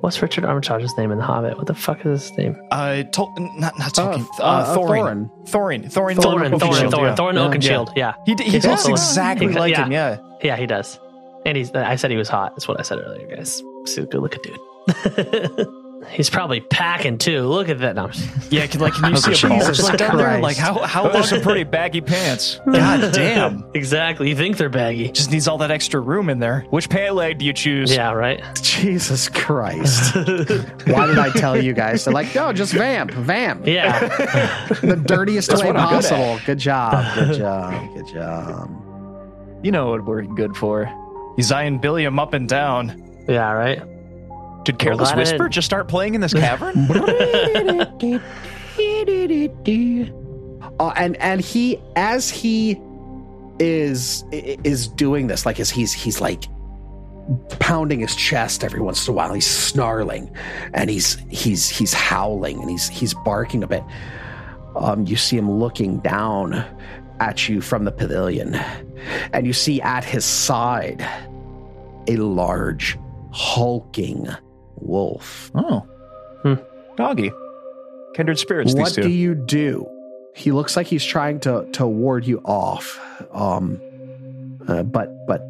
Speaker 3: what's Richard Armitage's name in the Hobbit? What the fuck is his name?
Speaker 7: Uh, Tol- not not Tolkien. Uh,
Speaker 2: uh,
Speaker 7: Thorin. Thorin.
Speaker 3: Thorin,
Speaker 7: Thorin.
Speaker 3: Thorin,
Speaker 7: Oakenshield,
Speaker 3: Thorin,
Speaker 7: yeah.
Speaker 3: Thorin, Oakenshield. Yeah,
Speaker 7: He, d- he
Speaker 3: He's
Speaker 7: looks
Speaker 3: also-
Speaker 7: exactly
Speaker 3: he-
Speaker 7: like
Speaker 3: yeah.
Speaker 7: him. Yeah.
Speaker 3: yeah, he does. And he's. I said he was hot. That's what I said earlier, guys. He's a good looking dude. he's probably packing too. Look at that. No, I'm just-
Speaker 7: Yeah. Can, like, can you see a
Speaker 4: Jesus
Speaker 7: ball stuck down there?
Speaker 2: Christ.
Speaker 7: Like, how how
Speaker 4: Those are
Speaker 7: long?
Speaker 4: some pretty baggy pants.
Speaker 7: God damn.
Speaker 3: exactly. You think they're baggy?
Speaker 7: Just needs all that extra room in there.
Speaker 4: Which pant leg do you choose?
Speaker 3: Yeah, right.
Speaker 2: Jesus Christ. Why did I tell you guys? They're like, no, just vamp, vamp.
Speaker 3: Yeah.
Speaker 2: The dirtiest way
Speaker 4: what I'm good at.
Speaker 2: possible. Good, job. Good job. Good job.
Speaker 4: You know what we're good for.
Speaker 7: He's eyeing Billy him up and down.
Speaker 3: yeah, right.
Speaker 4: Did Careless
Speaker 3: glad I
Speaker 4: Whisper
Speaker 3: didn't-
Speaker 4: just start playing in this cavern?
Speaker 2: Uh, and and he as he is i- is doing this, like as he's he's like pounding his chest every once in a while. He's snarling and he's he's he's howling and he's he's barking a bit. Um, you see him looking down at you from the pavilion, and you see at his side a large hulking wolf.
Speaker 4: Oh.
Speaker 3: Hmm.
Speaker 4: Doggy. Kindred spirits,
Speaker 2: what
Speaker 4: these two.
Speaker 2: do you do? He looks like he's trying to to ward you off, um, uh, but but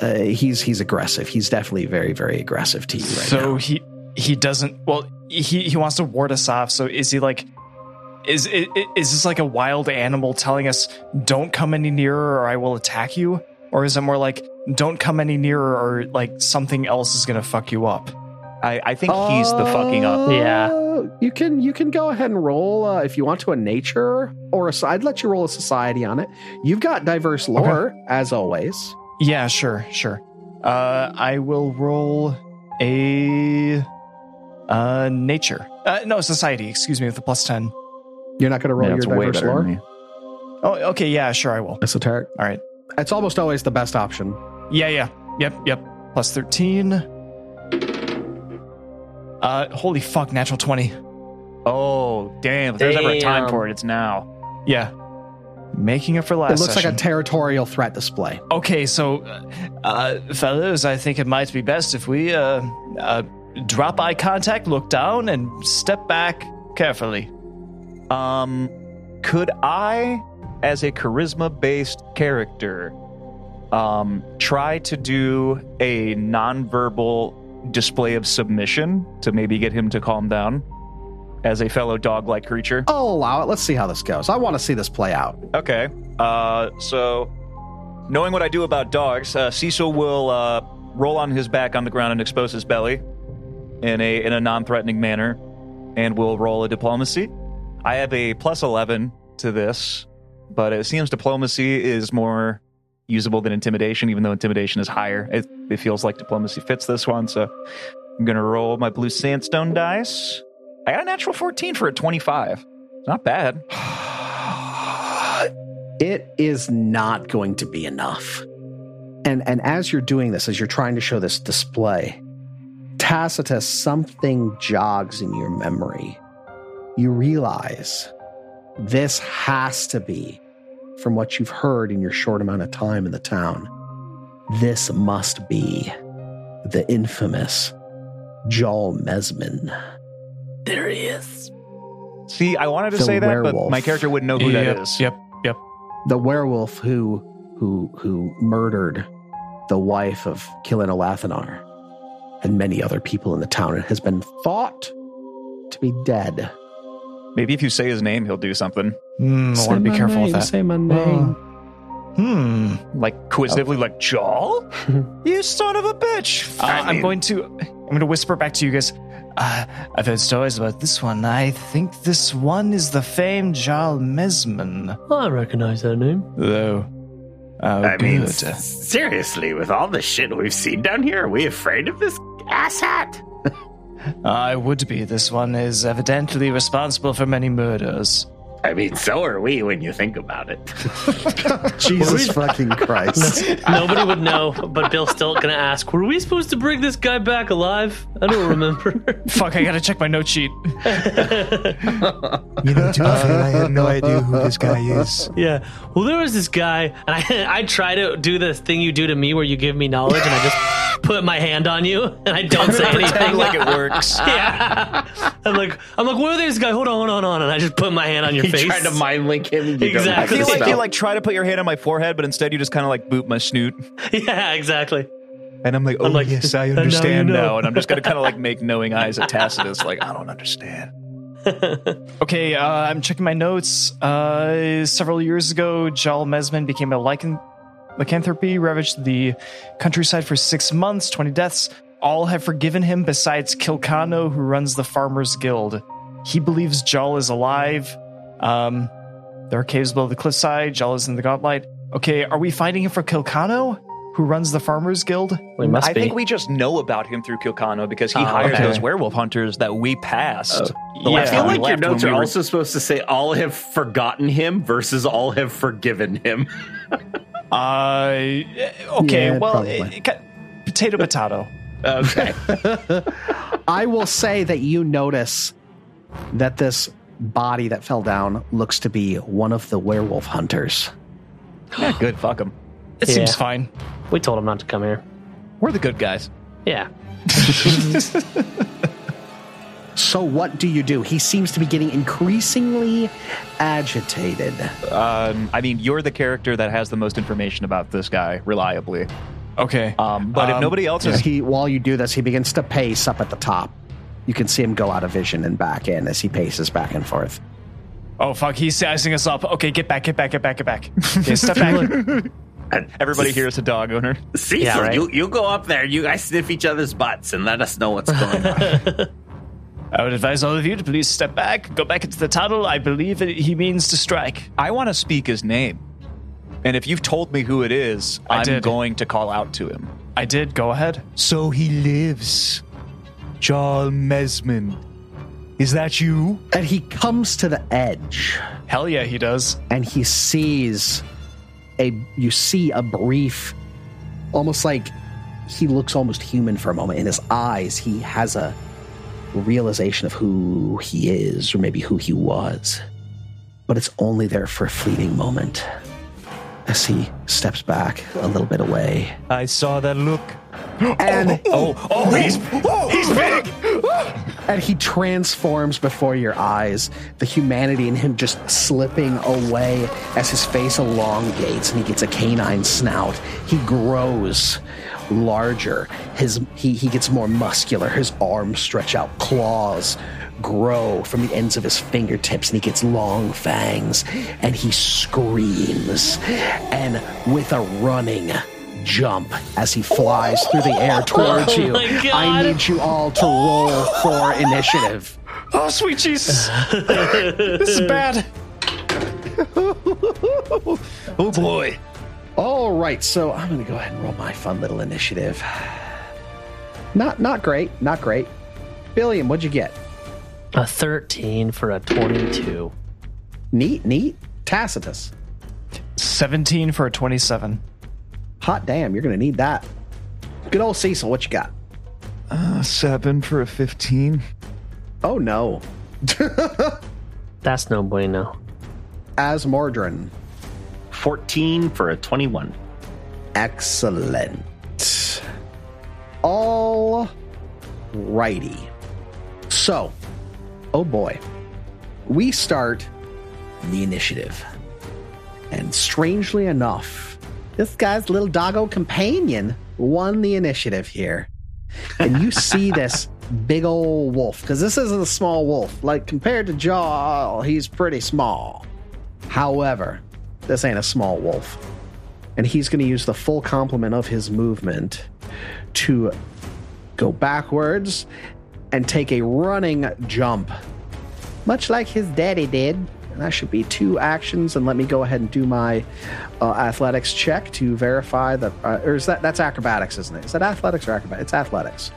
Speaker 2: uh, he's he's aggressive. He's definitely very very aggressive to you right
Speaker 7: so
Speaker 2: now.
Speaker 7: he he doesn't. Well, he he wants to ward us off. So is he like? Is i- i- is this like a wild animal telling us don't come any nearer or I will attack you? Or is it more like don't come any nearer or like something else is gonna fuck you up?
Speaker 4: I, I think he's the fucking up.
Speaker 2: Uh,
Speaker 3: Yeah.
Speaker 2: you can you can go ahead and roll uh, if you want to a nature or a. so- I'd let you roll a society on it. You've got diverse lore as always.
Speaker 7: Yeah, sure, sure. Uh, I will roll a uh nature. Uh, no, society. Excuse me, with a plus ten.
Speaker 2: You're not going to roll
Speaker 4: Yeah,
Speaker 2: your
Speaker 4: that's way
Speaker 2: diverse
Speaker 4: better than
Speaker 2: lore.
Speaker 4: me.
Speaker 7: Oh, okay. Yeah, sure. I will.
Speaker 2: Esoteric.
Speaker 7: All right.
Speaker 2: It's almost always the best option.
Speaker 7: Yeah, yeah. Yep, yep. Plus 13. Uh, holy fuck, natural 20.
Speaker 4: Oh, damn. If there's ever a time
Speaker 3: Damn.
Speaker 4: for it, it's now.
Speaker 7: Yeah. Making it for last
Speaker 2: it looks
Speaker 7: session.
Speaker 2: like a territorial threat display.
Speaker 7: okay, so, uh, fellas, I think it might be best if we, uh, uh, drop eye contact, look down, and step back carefully.
Speaker 4: Um, could I, as a charisma based character, um, try to do a nonverbal display of submission to maybe get him to calm down as a fellow dog like creature?
Speaker 2: I'll allow it. Let's see how this goes. I want to see this play out.
Speaker 4: Okay. Uh, so, knowing what I do about dogs, uh, Cecil will uh, roll on his back on the ground and expose his belly in a in a non-threatening manner, and will roll a diplomacy. I have a plus eleven to this, but it seems diplomacy is more usable than intimidation, even though intimidation is higher. It, it feels like diplomacy fits this one, so I'm gonna roll my blue sandstone dice. I got a natural fourteen for a twenty-five. Not bad.
Speaker 2: it is not going to be enough. And and as you're doing this, as you're trying to show this display, Tacitus, something jogs in your memory. You realize this has to be from what you've heard in your short amount of time in the town. This must be the infamous Jol Mesmin.
Speaker 3: There he is.
Speaker 4: See, I wanted to
Speaker 2: The
Speaker 4: say that,
Speaker 2: werewolf.
Speaker 4: but my character wouldn't know who
Speaker 7: yep,
Speaker 4: that is.
Speaker 7: Yep.
Speaker 2: the werewolf who who who murdered the wife of Killin Alathanar and many other people in the town and has been thought to be dead.
Speaker 4: Maybe if you say his name, he'll do something
Speaker 7: Hmm, I want to be careful with that.
Speaker 2: Say my
Speaker 10: Oh,
Speaker 2: name.
Speaker 7: Hmm.
Speaker 4: like quizzitively, like Jaw. you son of a bitch!
Speaker 7: Uh, I'm going to I'm going to whisper back to you guys. Uh, I've heard stories about this one. I think this one is the famed Jarl Mesman.
Speaker 3: Oh,
Speaker 9: I recognize that name.
Speaker 7: Though, oh,
Speaker 5: I mean,
Speaker 7: good.
Speaker 5: s- seriously, with all the shit we've seen down here, are we afraid of this asshat?
Speaker 7: I would be. This one is evidently responsible for many murders.
Speaker 5: I mean, so are we when you think about it.
Speaker 10: Jesus fucking Christ.
Speaker 3: Nobody would know, but Bill's still gonna ask, were we supposed to bring this guy back alive? I don't remember.
Speaker 7: Fuck, I gotta check my note sheet.
Speaker 11: You know, to be fair, I have no idea who this guy is.
Speaker 3: yeah. Well there was this guy and I I try to do the thing you do to me where you give me knowledge and I just put my hand on you and I don't say anything.
Speaker 4: Pretend like it works.
Speaker 3: yeah. I'm like I'm like, where is this guy? Hold on, hold on, hold on. And I just put my hand on your
Speaker 2: He
Speaker 3: face.
Speaker 2: tried to mind link him. You don't
Speaker 4: I
Speaker 3: Exactly.
Speaker 2: have
Speaker 4: feel
Speaker 2: to
Speaker 4: like you
Speaker 2: spell.
Speaker 4: like try to put your hand on my forehead, but instead you just kind of like boot my snoot,
Speaker 3: yeah, exactly.
Speaker 4: and I'm like, oh
Speaker 3: like,
Speaker 4: yes, I
Speaker 3: "And now you
Speaker 4: understand now,
Speaker 3: know."
Speaker 4: and I'm just gonna kind of like make knowing eyes at Tacitus, like I don't understand.
Speaker 7: Okay, uh, I'm checking my notes. Uh, several years ago, Jal Mesmin became a lycan- lycanthropy, ravaged the countryside for six months, 20 deaths. All have forgiven him besides Kilcano, who runs the Farmers Guild. He believes Jal is alive. Um, there are caves below the cliffside. Jal is in the Godlight. Okay, are we fighting him for Kilcano, who runs the Farmers Guild?
Speaker 3: We must
Speaker 4: I
Speaker 3: be.
Speaker 4: think we just know about him through Kilcano because he
Speaker 3: Oh,
Speaker 4: hired
Speaker 3: okay.
Speaker 4: those werewolf hunters that we passed. the
Speaker 5: I
Speaker 4: last
Speaker 5: feel
Speaker 4: time we
Speaker 5: like your
Speaker 4: left when
Speaker 5: notes are
Speaker 4: we were-
Speaker 5: also supposed to say all have forgotten him versus all have forgiven him.
Speaker 7: Uh, eh, okay,
Speaker 2: Yeah,
Speaker 7: well,
Speaker 2: probably.
Speaker 7: eh, ca- potato, potato.
Speaker 5: Okay.
Speaker 2: I will say that you notice that this body that fell down looks to be one of the werewolf hunters.
Speaker 4: Yeah, good. Fuck him.
Speaker 7: It
Speaker 3: Yeah.
Speaker 7: seems fine.
Speaker 3: We told him not to come here.
Speaker 4: We're the good guys.
Speaker 3: Yeah.
Speaker 2: So, what do you do? He seems to be getting increasingly agitated.
Speaker 4: Um, I mean, you're the character that has the most information about this guy reliably.
Speaker 7: Okay.
Speaker 4: Um, but if
Speaker 7: Um,
Speaker 4: nobody else
Speaker 2: As
Speaker 4: is,
Speaker 2: he, while you do this, he begins to pace up at the top. You can see him go out of vision and back in as he paces back and forth.
Speaker 7: Oh fuck, he's sizing us up. Okay, get back, get back, get back, get back. Okay, step back.
Speaker 4: everybody here is a dog owner.
Speaker 5: Cecil,
Speaker 3: Yeah, right.
Speaker 5: you, you go up there, you guys sniff each other's butts and let us know what's going on.
Speaker 7: I would advise all of you to please step back, go back into the tunnel. I believe that he means to strike.
Speaker 4: I want to speak his name. And if you've told me who it is,
Speaker 7: I
Speaker 4: I'm
Speaker 7: did.
Speaker 4: going to call out to him.
Speaker 7: I did, go ahead.
Speaker 4: So he lives. Jarl Mesmin. Is that you?
Speaker 2: And he comes to the edge.
Speaker 7: Hell yeah, he does.
Speaker 2: and he sees a you see a brief almost like he looks almost human for a moment in his eyes he has a realization of who he is or maybe who he was but it's only there for a fleeting moment as he steps back a little bit away
Speaker 4: I saw that look.
Speaker 2: and
Speaker 4: Oh, oh, he's he's big.
Speaker 2: and he transforms before your eyes the humanity in him just slipping away as his face elongates and he gets a canine snout he grows larger his he, he gets more muscular his arms stretch out claws grow from the ends of his fingertips and he gets long fangs and he screams and with a running jump as he flies through the air towards
Speaker 3: Oh
Speaker 2: you
Speaker 3: my God.
Speaker 2: i need you all to roll for initiative.
Speaker 7: Oh sweet Jesus. this is bad.
Speaker 4: Oh boy.
Speaker 2: All right, so I'm going to go ahead and roll my fun little initiative. Not not great, not great. Billion, what'd you get?
Speaker 3: A 13 for a 22.
Speaker 2: Neat, neat. Tacitus.
Speaker 7: 17 for a 27.
Speaker 2: Hot damn, you're going to need that. Good old Cecil, what you got?
Speaker 4: A seven for a fifteen.
Speaker 2: Oh no.
Speaker 3: That's no bueno.
Speaker 2: Asmordran.
Speaker 5: 14 for a 21.
Speaker 2: Excellent. All righty. So, oh boy, we start the initiative. And strangely enough, this guy's little doggo companion won the initiative here. And you see this big old wolf, because this isn't a small wolf. Like, compared to Jaw, he's pretty small. However, this ain't a small wolf and he's going to use the full complement of his movement to go backwards and take a running jump, much like his daddy did. And that should be two actions. And let me go ahead and do my uh, athletics check to verify that, uh, or is that that's acrobatics, isn't it? Is that athletics or acrobatics? It's athletics.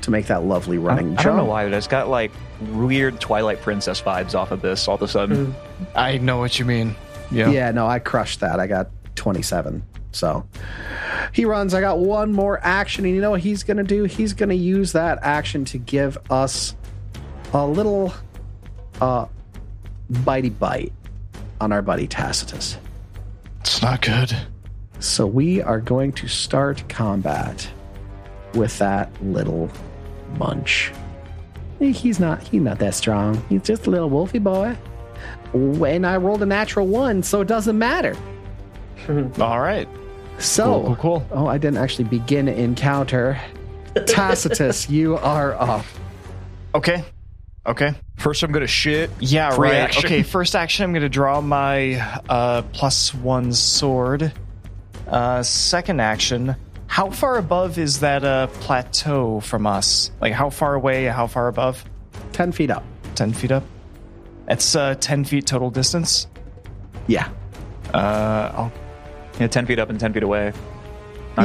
Speaker 2: to make that lovely
Speaker 4: I,
Speaker 2: running
Speaker 4: I don't know
Speaker 2: jump.
Speaker 4: why, but it's got like weird Twilight Princess vibes off of this all of a sudden.
Speaker 7: I know what you mean. Yeah.
Speaker 2: Yeah, no, I crushed that. I got 27. So he runs. I got one more action. And you know what he's going to do? He's going to use that action to give us a little uh, bitey bite on our buddy Tacitus.
Speaker 7: It's not good.
Speaker 2: So we are going to start combat with that little munch. He's not he's not that strong. He's just a little wolfy boy. And I rolled a natural one, so it doesn't matter.
Speaker 7: All right.
Speaker 2: So
Speaker 7: Cool, cool, cool.
Speaker 2: Oh, I didn't actually begin encounter. Tacitus, you are uh, up.
Speaker 7: Okay. Okay.
Speaker 4: First, I'm gonna shit.
Speaker 7: Yeah,
Speaker 4: Free
Speaker 7: right.
Speaker 4: action.
Speaker 7: Okay, first action, I'm going to draw my uh, plus one sword. Uh, second action, how far above is that uh, plateau from us? Like, how far away, how far above?
Speaker 2: Ten feet up.
Speaker 7: 10 feet up? That's uh, 10 feet total distance.
Speaker 2: Yeah.
Speaker 7: Uh, I'll,
Speaker 4: Yeah, ten feet up and ten feet away. I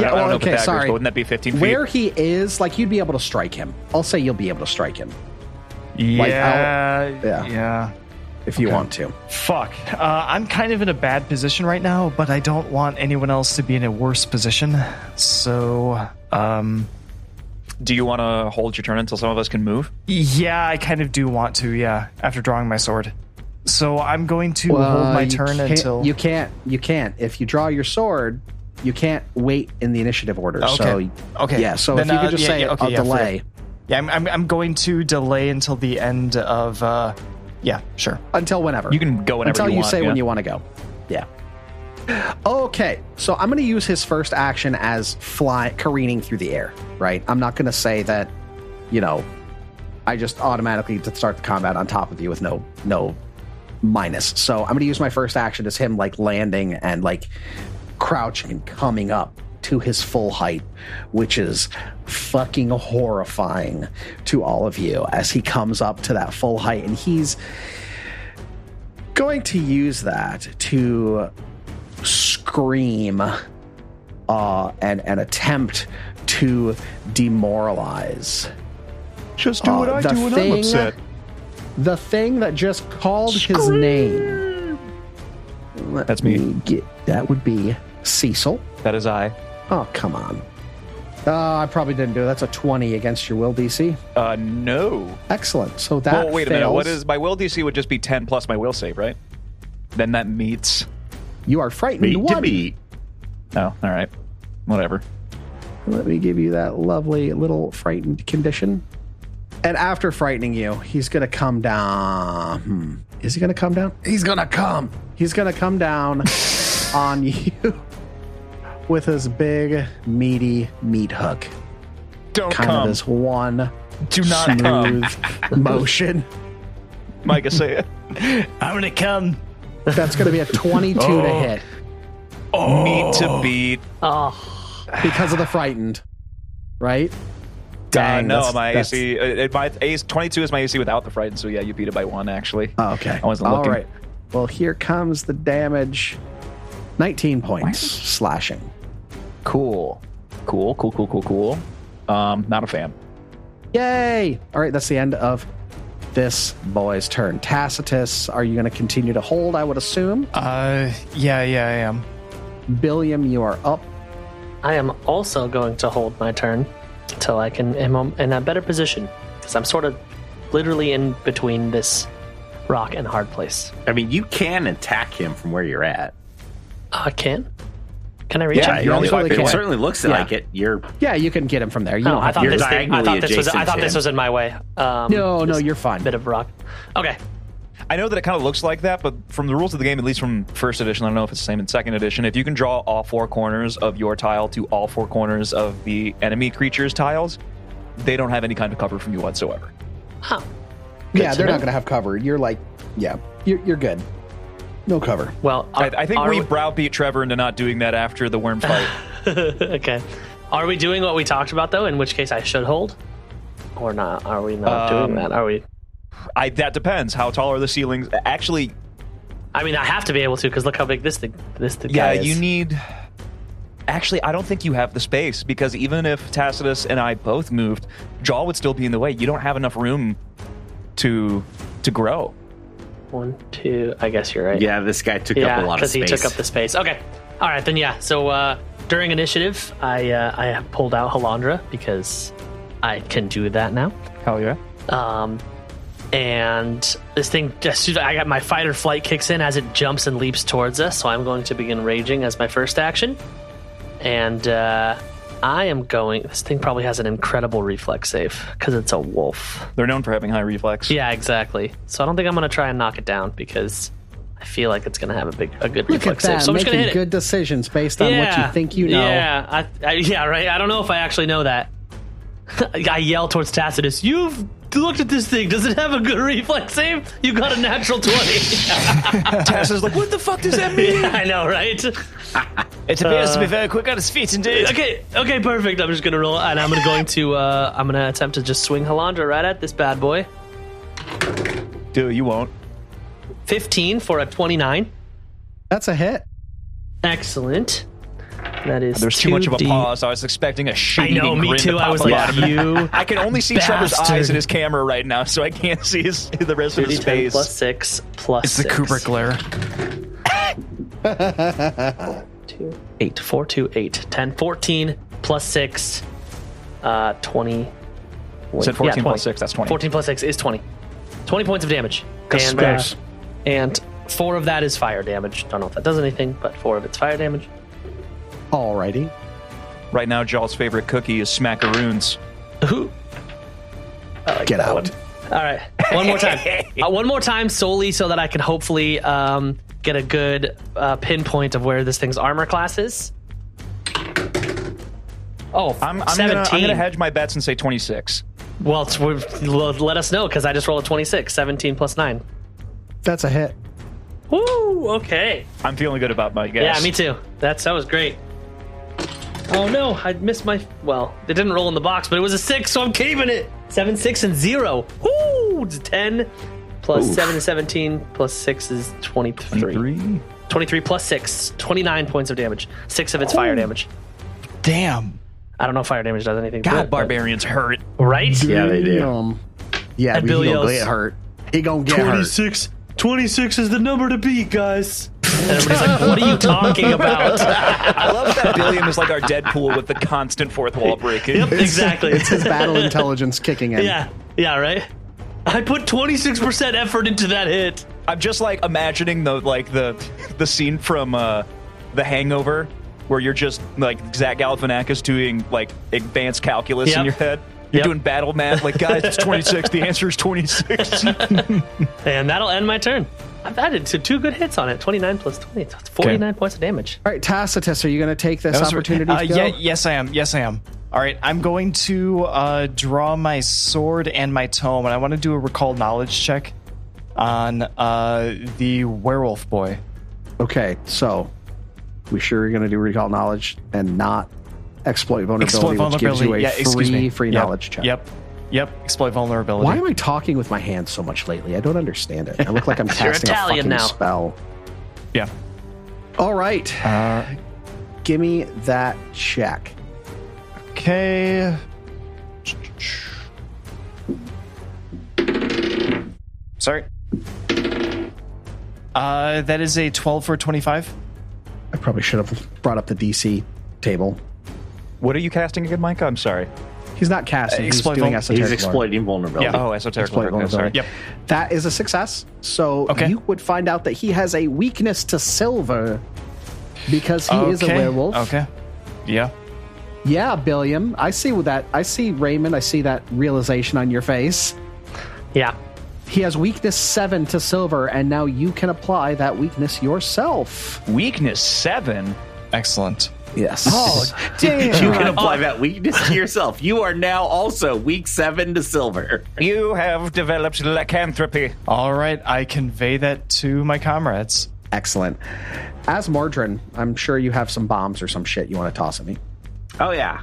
Speaker 2: Yeah,
Speaker 4: don't, I
Speaker 2: well,
Speaker 4: don't know
Speaker 2: okay,
Speaker 4: Pythagoras,
Speaker 2: sorry.
Speaker 4: but wouldn't that be fifteen feet?
Speaker 2: Where he is, like you'd be able to strike him. I'll say you'll be able to strike him
Speaker 7: yeah,
Speaker 2: Like,
Speaker 7: yeah.
Speaker 2: yeah. if you want to.
Speaker 7: Fuck. Uh, I'm kind of in a bad position right now, but I don't want anyone else to be in a worse position. So, um,
Speaker 4: Do you want to hold your turn until some of us can move?
Speaker 7: yeah, I kind of do want to, yeah, after drawing my sword. So I'm going to hold my
Speaker 2: Uh, you
Speaker 7: turn
Speaker 2: can't-
Speaker 7: until.
Speaker 2: you can't. You can't. If you draw your sword, you can't wait in the initiative order.
Speaker 7: Okay.
Speaker 2: So
Speaker 7: Okay.
Speaker 2: yeah. So
Speaker 7: Then,
Speaker 2: if you could
Speaker 7: uh,
Speaker 2: just
Speaker 7: yeah,
Speaker 2: say
Speaker 7: yeah, okay,
Speaker 2: a
Speaker 7: yeah, fair.
Speaker 2: delay
Speaker 7: Yeah, I'm, I'm, I'm going to delay until the end of. Uh, yeah, sure.
Speaker 2: until whenever
Speaker 4: You can go whenever
Speaker 2: until
Speaker 4: you,
Speaker 2: you,
Speaker 4: want.
Speaker 2: say
Speaker 4: yeah.
Speaker 2: when you want to go. Yeah. Okay, so I'm going to use his first action as fly careening through the air. Right. I'm not going to say that. You know, I just automatically to start the combat on top of you with no no minus. So I'm going to use my first action as him like landing and like crouching and coming up to his full height, which is fucking horrifying to all of you as he comes up to that full height and he's going to use that to scream uh, and and attempt to demoralize
Speaker 4: Just
Speaker 2: do what Uh, I the do when I'm thing- upset. the thing that just called his name. Let
Speaker 4: That's me.
Speaker 2: Get, that would be Cecil.
Speaker 4: That is I.
Speaker 2: Oh, come on. Uh, I probably didn't do it. That's a 20 against your will DC.
Speaker 4: Uh, no.
Speaker 2: Excellent. So that
Speaker 4: Well, wait a
Speaker 2: fails.
Speaker 4: minute. What is my will DC would just be ten plus my will save, right? Then that meets.
Speaker 2: You are frightened.
Speaker 5: Meat to
Speaker 2: one.
Speaker 5: meat.
Speaker 4: Oh, all right. Whatever.
Speaker 2: Let me give you that lovely little frightened condition. And after frightening you, he's going to come down. Hmm. Is he going to come down? He's going to come. He's going to come down on you with his big, meaty meat hook.
Speaker 4: Don't
Speaker 2: Kind of
Speaker 4: come.
Speaker 2: this one
Speaker 4: Do not come.
Speaker 2: smooth motion.
Speaker 4: Micah, say it. Oh.
Speaker 7: I'm going to come.
Speaker 2: That's going to be a 22 to hit
Speaker 4: Need to beat.
Speaker 3: Oh,
Speaker 2: because of the frightened, right?
Speaker 4: Dang, no,
Speaker 2: that's-
Speaker 4: my
Speaker 2: that's-
Speaker 4: AC. Uh, my AC twenty-two is my AC without the frighten. So yeah, you beat it by one actually.
Speaker 2: Oh, okay.
Speaker 4: I wasn't looking.
Speaker 2: All right. Well, here comes the damage. 19 points slashing.
Speaker 4: Cool. Cool. Cool. Cool. Cool. Cool. Um, not a fan.
Speaker 2: Yay! All right, that's the end of this boy's turn. Tacitus, are you going to continue to hold? I would assume.
Speaker 7: Uh, yeah, yeah, I am.
Speaker 2: Billiam, you are up.
Speaker 3: I am also going to hold my turn until I can am on- in a better position because I'm sort of literally in between this rock and hard place.
Speaker 5: I mean, you can attack him from where you're at.
Speaker 3: Uh, can can I reach
Speaker 4: Yeah,
Speaker 3: him?
Speaker 4: you're only
Speaker 2: That's what
Speaker 4: five
Speaker 2: they
Speaker 4: feet
Speaker 2: What?
Speaker 5: It
Speaker 4: away.
Speaker 2: can.
Speaker 5: certainly looks like it. You're
Speaker 2: Yeah, you can get him from there. You
Speaker 3: No,
Speaker 2: don't
Speaker 3: Oh, I
Speaker 2: have
Speaker 3: thought
Speaker 5: you're
Speaker 3: this. Thing, I thought
Speaker 5: diagonally
Speaker 3: this was. I
Speaker 5: adjacent
Speaker 3: thought
Speaker 5: to
Speaker 3: this
Speaker 5: him.
Speaker 3: was in my way. Um,
Speaker 2: No, no,
Speaker 3: this
Speaker 2: you're fine.
Speaker 3: Bit of rock. Okay.
Speaker 4: I know that it kind of looks like that, but from the rules of the game, at least from first edition, I don't know if it's the same in second edition. If you can draw all four corners of your tile to all four corners of the enemy creature's tiles, they don't have any kind of cover from you whatsoever.
Speaker 3: Huh.
Speaker 2: yeah,
Speaker 3: to
Speaker 2: they're
Speaker 3: know.
Speaker 2: not going to have cover. You're like, yeah, you're, you're good. No cover.
Speaker 3: Well,
Speaker 4: I,
Speaker 3: are-
Speaker 4: I think
Speaker 3: are
Speaker 4: we browbeat Trevor into not doing that after the worm fight.
Speaker 3: okay. Are we doing what we talked about though? In which case, I should hold, or not? Are we not doing
Speaker 4: Um,
Speaker 3: that? Are we?
Speaker 4: I, that depends. How tall are the ceilings? Actually,
Speaker 3: I mean, I have to be able to because look how big this thing. This thing
Speaker 4: yeah,
Speaker 3: guy is.
Speaker 4: you need. Actually, I don't think you have the space because even if Tacitus and I both moved, Jaw would still be in the way. You don't have enough room to to grow.
Speaker 3: One, two. I guess you're right.
Speaker 5: Yeah, this guy took
Speaker 3: yeah,
Speaker 5: up a lot of
Speaker 3: because he
Speaker 5: space.
Speaker 3: took up the space. Okay, all right then. Yeah. So uh, during initiative, I uh, I pulled out Halandra because I can do that now.
Speaker 4: Hell yeah.
Speaker 3: Um, and this thing just I got my fight or flight kicks in as it jumps and leaps towards us. So I'm going to begin raging as my first action, and uh, I am going. This thing probably has an incredible reflex save because it's a wolf.
Speaker 4: They're known for having high reflex.
Speaker 3: Yeah, exactly. So I don't think I'm gonna try and knock it down because I feel like it's gonna have a big, a good
Speaker 10: Look at
Speaker 3: reflex save.
Speaker 10: that,
Speaker 3: So I'm just gonna
Speaker 10: making
Speaker 3: hit
Speaker 10: good decisions based on
Speaker 3: it.
Speaker 10: what you think you know.
Speaker 3: Yeah, I, I, yeah, right. I don't know if I actually know that. I yell towards Tacitus. You've looked at this thing. Does it have a good reflex save? You got a natural twenty.
Speaker 4: Tacitus is like, what the fuck does that mean?
Speaker 3: Yeah, I know, right?
Speaker 7: It appears to be very Uh, quick on its feet, indeed.
Speaker 3: Okay, okay, perfect. I'm just gonna roll, and I'm gonna going to uh, I'm gonna attempt to just swing Halandra right at this bad boy.
Speaker 4: Dude, you won't.
Speaker 3: Fifteen for a twenty-nine.
Speaker 10: That's a hit.
Speaker 3: Excellent. That is
Speaker 4: There's too much of a
Speaker 3: 2D.
Speaker 4: pause. I was expecting a shit.
Speaker 3: I know, me too. I was like, you.
Speaker 4: I can only see Trevor's
Speaker 3: bastard.
Speaker 4: eyes in his camera right now, so I can't see his, the rest of his
Speaker 3: 2D10
Speaker 4: face.
Speaker 3: plus six plus.
Speaker 7: It's the
Speaker 3: six.
Speaker 7: Cooper glare.
Speaker 3: Two, eight, four, two, eight, ten, fourteen plus six, uh, twenty.
Speaker 4: Said
Speaker 3: yeah,
Speaker 4: 14 plus
Speaker 3: 20.
Speaker 4: six, that's 20.
Speaker 3: 14 plus six is twenty. Twenty points of damage. And, uh,
Speaker 10: Space.
Speaker 3: and four of that is fire damage. Don't know if that does anything, but four of it's fire damage.
Speaker 10: Alrighty.
Speaker 4: Right now, Jaw's favorite cookie is smackaroons.
Speaker 3: Ooh. I like
Speaker 12: Get
Speaker 3: that
Speaker 12: out.
Speaker 3: one. All right. One more time. Uh, one more time solely so that I can hopefully um, get a good uh, pinpoint of where this thing's armor class is. Oh,
Speaker 4: I'm, I'm gonna
Speaker 3: 17.
Speaker 4: I'm gonna hedge my bets and say 26.
Speaker 3: well, it's- we've- l- let us know because I just rolled a 26. 17 plus 9.
Speaker 12: That's a hit.
Speaker 3: Woo! Okay.
Speaker 4: I'm feeling good about my guess.
Speaker 3: Yeah, me too. That's That was great. Oh no, I missed my. Well, it didn't roll in the box, but it was a six, so I'm keeping it. Seven, six, and zero. Woo! It's ten. Plus seven is 17, plus six is 23.
Speaker 4: 23.
Speaker 3: 23 plus six, 29 points of damage. Six of its fire damage.
Speaker 13: Damn.
Speaker 3: I don't know if fire damage does anything.
Speaker 4: God,
Speaker 3: good, but-
Speaker 4: barbarians hurt.
Speaker 3: Right?
Speaker 5: yeah, they do.
Speaker 10: Um,
Speaker 12: Yeah, he
Speaker 3: Billy
Speaker 12: gonna
Speaker 3: O's-
Speaker 12: get hurt. He gonna get hurt.
Speaker 2: 26. 26 is the number to beat, guys.
Speaker 3: And everybody's like, what are you talking about?
Speaker 4: I love that Billiam is like our Deadpool with the constant fourth wall breaking.
Speaker 3: exactly.
Speaker 10: It's his battle intelligence kicking in.
Speaker 3: yeah. Yeah, right? I put 26% effort into that hit.
Speaker 4: I'm just like imagining the like the the scene from uh, The Hangover where you're just like Zach Galifianakis doing like advanced calculus
Speaker 3: Yep.
Speaker 4: in your head. You're
Speaker 3: Yep.
Speaker 4: doing battle math, like guys, it's 26. The answer is 26.
Speaker 3: And that'll end my turn. I've added to two good hits on it 29 plus 20. so It's 49 points of damage.
Speaker 10: All right, Tacitus, are you going to take this
Speaker 7: That was-
Speaker 10: opportunity?
Speaker 7: Uh,
Speaker 10: to go?
Speaker 7: yeah, yes, I am. Yes, I am. All right, I'm going to uh, draw my sword and my tome, and I want to do a recall knowledge check on uh, the werewolf boy.
Speaker 10: Okay, so we sure you're going to do recall knowledge and not exploit vulnerability,
Speaker 7: Exploit
Speaker 10: which gives you
Speaker 7: vulnerability.
Speaker 10: a
Speaker 7: Yeah, excuse
Speaker 10: free
Speaker 7: me.
Speaker 10: free
Speaker 7: Yep,
Speaker 10: knowledge check.
Speaker 7: Yep. Yep. Exploit vulnerability.
Speaker 10: Why am I talking with my hands so much lately? I don't understand it. I look like I'm casting
Speaker 3: Italian
Speaker 10: a fucking
Speaker 3: now.
Speaker 10: spell.
Speaker 7: Yeah.
Speaker 10: All right,
Speaker 7: Uh,
Speaker 10: give me that check.
Speaker 7: Okay. Sorry. Uh, that is a 12 for 25.
Speaker 10: I probably should have brought up the DC table.
Speaker 4: what are you casting again, Micah? I'm sorry.
Speaker 10: He's not casting. He's
Speaker 7: Exploit
Speaker 10: doing
Speaker 7: vul-
Speaker 10: esoteric
Speaker 5: He's
Speaker 10: lore.
Speaker 5: exploiting vulnerability.
Speaker 4: Oh, esoteric.
Speaker 10: Exploit
Speaker 4: Lord, no, sorry.
Speaker 10: vulnerability. That is a success. So
Speaker 7: Okay.
Speaker 10: you would find out that he has a weakness to silver because he is a
Speaker 7: Okay.
Speaker 10: werewolf.
Speaker 7: Okay. Yeah.
Speaker 10: Yeah, Billiam. I see with that. I see Raymond. I see that realization on your face.
Speaker 3: Yeah.
Speaker 10: He has weakness seven to silver, and now you can apply that weakness yourself.
Speaker 4: Weakness seven.
Speaker 7: Excellent.
Speaker 10: Yes. Oh, damn.
Speaker 5: You can apply that weakness to yourself. You are now also weak seven to silver.
Speaker 4: You have developed lycanthropy.
Speaker 7: All right, I convey that to my comrades.
Speaker 10: Excellent. As Mordrin, I'm sure you have some bombs or some shit you want to toss at me.
Speaker 5: Oh yeah.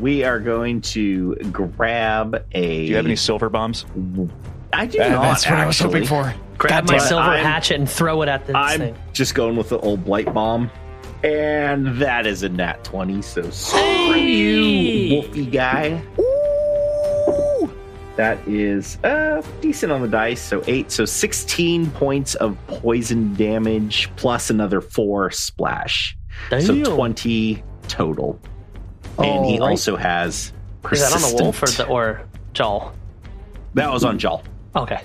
Speaker 5: We are going to grab a.
Speaker 4: Do you have any silver bombs?
Speaker 5: I do
Speaker 4: Uh,
Speaker 5: not.
Speaker 7: That's what I was
Speaker 5: actually.
Speaker 7: hoping for.
Speaker 3: Grab
Speaker 5: damn
Speaker 3: my
Speaker 5: it.
Speaker 3: silver
Speaker 5: I'm-
Speaker 3: hatchet and throw it at this
Speaker 5: I'm
Speaker 3: thing.
Speaker 5: just going with the old blight bomb. And that is a nat 20. So screw
Speaker 3: Hey!
Speaker 5: you, wolfy guy. Ooh! That is uh, decent on the dice. So eight. So 16 points of poison damage plus another four splash. So 20 total. and he
Speaker 10: All right.
Speaker 5: also has
Speaker 3: Is that
Speaker 5: persistent.
Speaker 3: on the wolf or, the, or Jol?
Speaker 5: That was on Jal.
Speaker 3: Okay.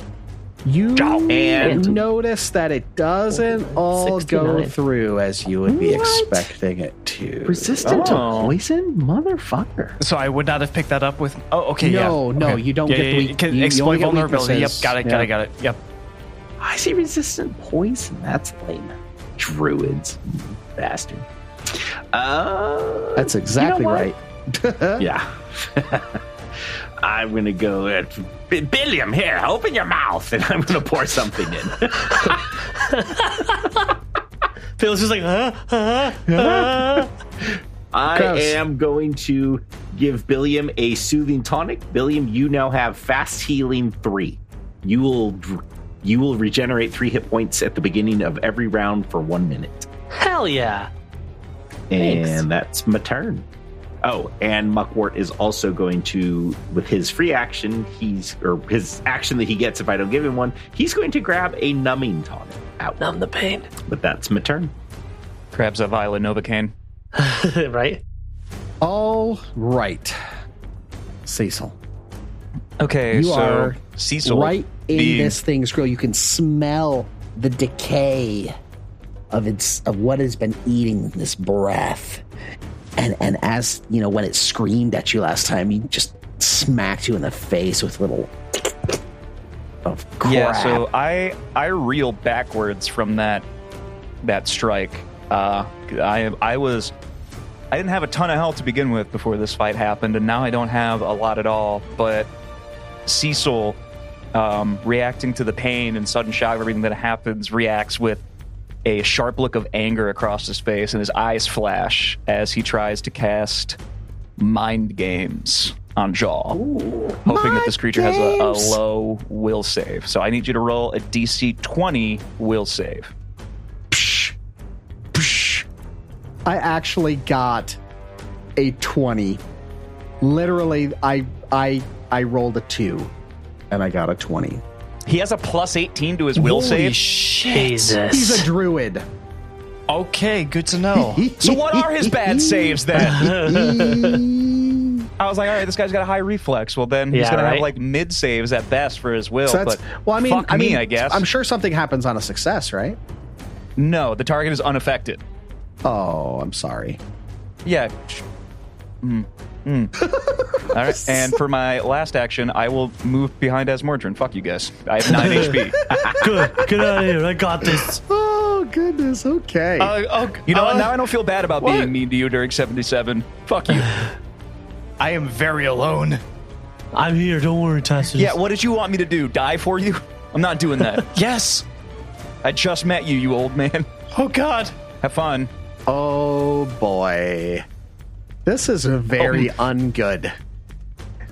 Speaker 10: You
Speaker 5: And-
Speaker 10: notice that it doesn't all go
Speaker 3: 69.
Speaker 10: through as you would be
Speaker 5: What?
Speaker 10: expecting it to.
Speaker 5: Resistant
Speaker 4: Oh.
Speaker 5: to poison? Motherfucker.
Speaker 7: So I would not have picked that up with. Oh, okay.
Speaker 10: No,
Speaker 7: yeah.
Speaker 10: no,
Speaker 7: okay.
Speaker 10: you don't
Speaker 7: Yeah,
Speaker 10: get
Speaker 7: yeah,
Speaker 10: the
Speaker 7: yeah.
Speaker 10: weak-
Speaker 7: Can-
Speaker 10: you- you
Speaker 7: exploit
Speaker 10: only get
Speaker 7: vulnerability. Yep,
Speaker 10: weaknesses.
Speaker 7: got it, got
Speaker 10: Yeah.
Speaker 7: it, got it. Yep.
Speaker 5: I see resistant poison. That's lame. Druids, bastard. Uh,
Speaker 10: That's exactly
Speaker 5: what?
Speaker 10: right.
Speaker 5: yeah. I'm gonna go at B- Billiam here. Open your mouth, and I'm gonna pour something in.
Speaker 14: Phil's just like, huh? Huh?
Speaker 5: I
Speaker 10: Gross.
Speaker 5: am going to give Billiam a soothing tonic. Billiam, you now have fast healing three. You will you will regenerate three hit points at the beginning of every round for one minute.
Speaker 3: Hell yeah.
Speaker 5: And
Speaker 3: Thanks.
Speaker 5: that's my turn. Oh, and Muckwort is also going to, with his free action, he's or his action that he gets if I don't give him one, he's going to grab a numbing tonic out.
Speaker 3: Numb the pain.
Speaker 5: But that's my turn.
Speaker 4: Grabs a vial of Novocaine.
Speaker 3: right?
Speaker 10: All right, Cecil.
Speaker 4: Okay,
Speaker 10: You
Speaker 4: so
Speaker 10: are
Speaker 4: Cecil.
Speaker 10: right in
Speaker 4: being-
Speaker 10: this thing's grill, you can smell the decay of its of what has been eating this breath. And and as you know, when it screamed at you last time, you just smacked you in the face with little of crap.
Speaker 4: Yeah, so I I reel backwards from that that strike. Uh, I I was I didn't have a ton of health to begin with before this fight happened, and now I don't have a lot at all. But Cecil, um, reacting to the pain and sudden shock of everything that happens, reacts with a sharp look of anger across his face, and his eyes flash as he tries to cast mind games on Jaw, hoping that this creature has a, a low will save. So I need you to roll a DC 20 will save.
Speaker 10: I actually got a 20. Literally, I I I rolled a two and I got a 20.
Speaker 4: He has a plus 18 to his will save.
Speaker 3: Jesus.
Speaker 10: He's a
Speaker 7: Oh,
Speaker 10: druid.
Speaker 7: Okay, good to know.
Speaker 4: so what are his bad saves then? I was like, all right, this guy's got a high reflex. Well, then he's
Speaker 3: Yeah,
Speaker 4: gonna have
Speaker 3: right.
Speaker 4: like mid saves at best for his will.
Speaker 10: So that's
Speaker 4: but
Speaker 10: well. I mean,
Speaker 4: fuck
Speaker 10: I
Speaker 4: me,
Speaker 10: mean,
Speaker 4: I guess.
Speaker 10: I'm sure something happens on a success, right?
Speaker 4: no, the target is unaffected.
Speaker 10: Oh, I'm sorry.
Speaker 4: Yeah. Mm. Mm. All right. And for my last action, I will move behind Asmordran. Fuck you guys. I have nine HP.
Speaker 14: Good. Get out of here. I got this.
Speaker 10: Oh goodness. Okay.
Speaker 4: Uh, oh, you know what? Now I don't feel bad about being mean to you during 77. Fuck you.
Speaker 7: I am very alone.
Speaker 14: I'm here. Don't worry, Tassus.
Speaker 4: yeah, what did you want me to do? Die for you? I'm not doing that.
Speaker 7: Yes.
Speaker 4: I just met you, you old man.
Speaker 7: Oh God.
Speaker 4: Have fun.
Speaker 10: oh boy. This is a very ungood.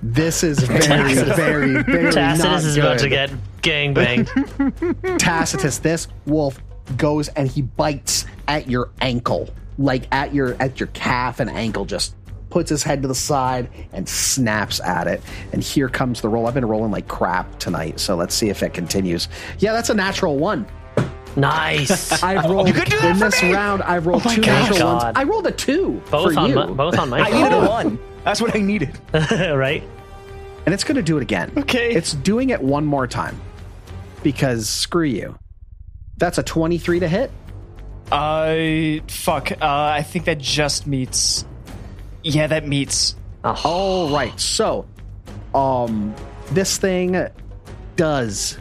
Speaker 10: This is very, very, very not
Speaker 3: Tacitus is
Speaker 10: good.
Speaker 3: about to get gangbanged.
Speaker 10: Tacitus, this wolf goes and he bites at your ankle, like at your at your calf and ankle. Just puts his head to the side and snaps at it. And here comes the roll. I've been rolling like crap tonight, so let's see if it continues. Yeah, that's a natural one.
Speaker 3: nice.
Speaker 10: I've rolled in this round. I've rolled two natural
Speaker 3: Oh God.
Speaker 10: ones. I rolled a two
Speaker 3: Both
Speaker 10: for
Speaker 3: on,
Speaker 10: you,
Speaker 3: my, both on
Speaker 4: I needed
Speaker 3: my
Speaker 4: a one. That's what I needed.
Speaker 3: right?
Speaker 10: and it's going to do it again.
Speaker 7: Okay.
Speaker 10: it's doing it one more time because screw you. That's a twenty-three to hit.
Speaker 7: Uh, fuck. Uh, I think that just meets. Yeah, that meets.
Speaker 10: All right. So, um, this thing does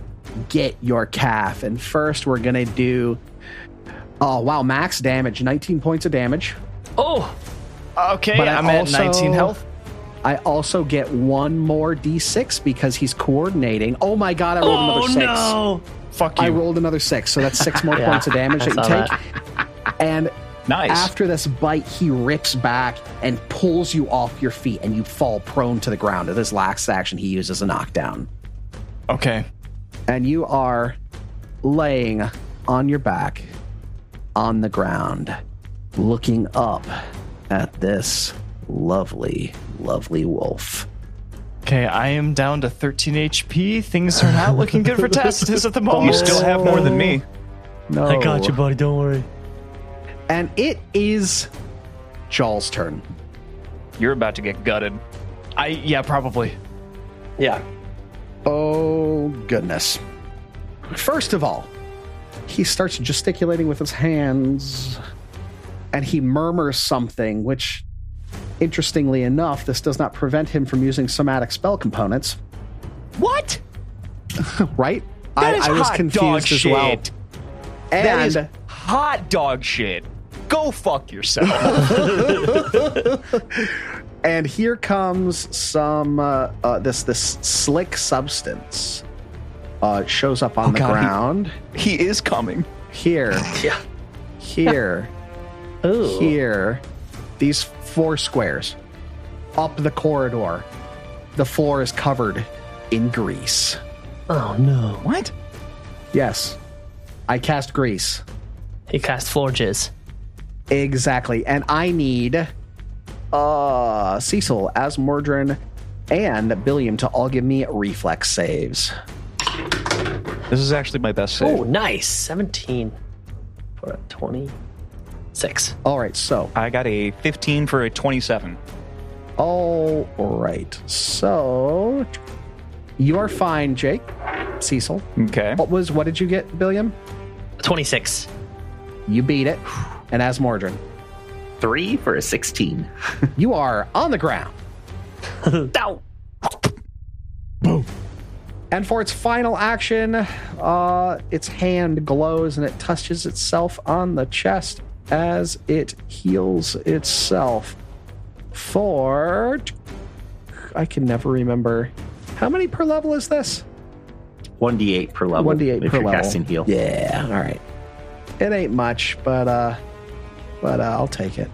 Speaker 10: get your calf, and first we're gonna do. Oh wow, max damage, nineteen points of damage.
Speaker 3: Oh,
Speaker 7: Okay,
Speaker 10: But I
Speaker 7: I'm at
Speaker 10: also-
Speaker 7: 19 health.
Speaker 10: I also get one more d6 because he's coordinating. Oh my god, I rolled another six.
Speaker 14: no.
Speaker 7: Fuck
Speaker 10: I
Speaker 7: you.
Speaker 10: rolled another six, so that's six more
Speaker 3: Yeah,
Speaker 10: points of damage
Speaker 3: I
Speaker 10: that you
Speaker 3: saw
Speaker 10: take. And
Speaker 4: Nice.
Speaker 10: after this bite, he rips back and pulls you off your feet, and you fall prone to the ground. This last action he uses a knockdown.
Speaker 7: okay.
Speaker 10: and you are laying on your back on the ground. looking up at this lovely, lovely wolf.
Speaker 7: Okay, I am down to 13 HP. Things are not looking good for Tacitus at the moment.
Speaker 4: You still have more than me.
Speaker 14: Oh.
Speaker 10: No.
Speaker 15: I got you, buddy. Don't worry.
Speaker 10: And it is Jarl's turn.
Speaker 4: You're about to get gutted.
Speaker 7: I yeah, probably.
Speaker 10: Yeah. Oh, goodness. First of all, he starts gesticulating with his hands and he murmurs something, which, interestingly enough, this does not prevent him from using somatic spell components,
Speaker 4: What?
Speaker 10: right?
Speaker 4: That is hot dog shit. That
Speaker 10: And
Speaker 4: is hot dog shit. Go fuck yourself.
Speaker 10: and here comes some uh, uh, this this slick substance uh, shows up
Speaker 3: Oh,
Speaker 10: on the
Speaker 4: God, he-
Speaker 10: ground
Speaker 4: he is coming.
Speaker 10: here,
Speaker 3: Yeah.
Speaker 10: here,
Speaker 3: Ooh.
Speaker 10: here. These four squares up the corridor. The floor is covered in grease.
Speaker 3: Oh no.
Speaker 4: What?
Speaker 10: Yes, I cast grease.
Speaker 3: He cast floor jizz.
Speaker 10: Exactly. And I need uh Cecil, Asmordran, and Billiam to all give me reflex saves.
Speaker 4: This is actually my best save.
Speaker 3: Oh, nice. 17 for a 26.
Speaker 10: All right, so
Speaker 4: I got a 15 for a 27.
Speaker 10: all right. So you are fine, Jake. Cecil.
Speaker 4: Okay.
Speaker 10: What was what did you get, Billiam?
Speaker 3: 26.
Speaker 10: You beat it. And Asmordran,
Speaker 5: Three for a 16.
Speaker 10: you are on the ground.
Speaker 3: Ow.
Speaker 10: And for its final action, uh, its hand glows and it touches itself on the chest as it heals itself. For. I can never remember. How many per level is this?
Speaker 5: 1d8 per level.
Speaker 10: 1d8
Speaker 5: Oh, if
Speaker 10: per
Speaker 5: you're
Speaker 10: level.
Speaker 5: casting heal.
Speaker 10: Yeah, all right. It ain't much, but uh, but uh, I'll take it.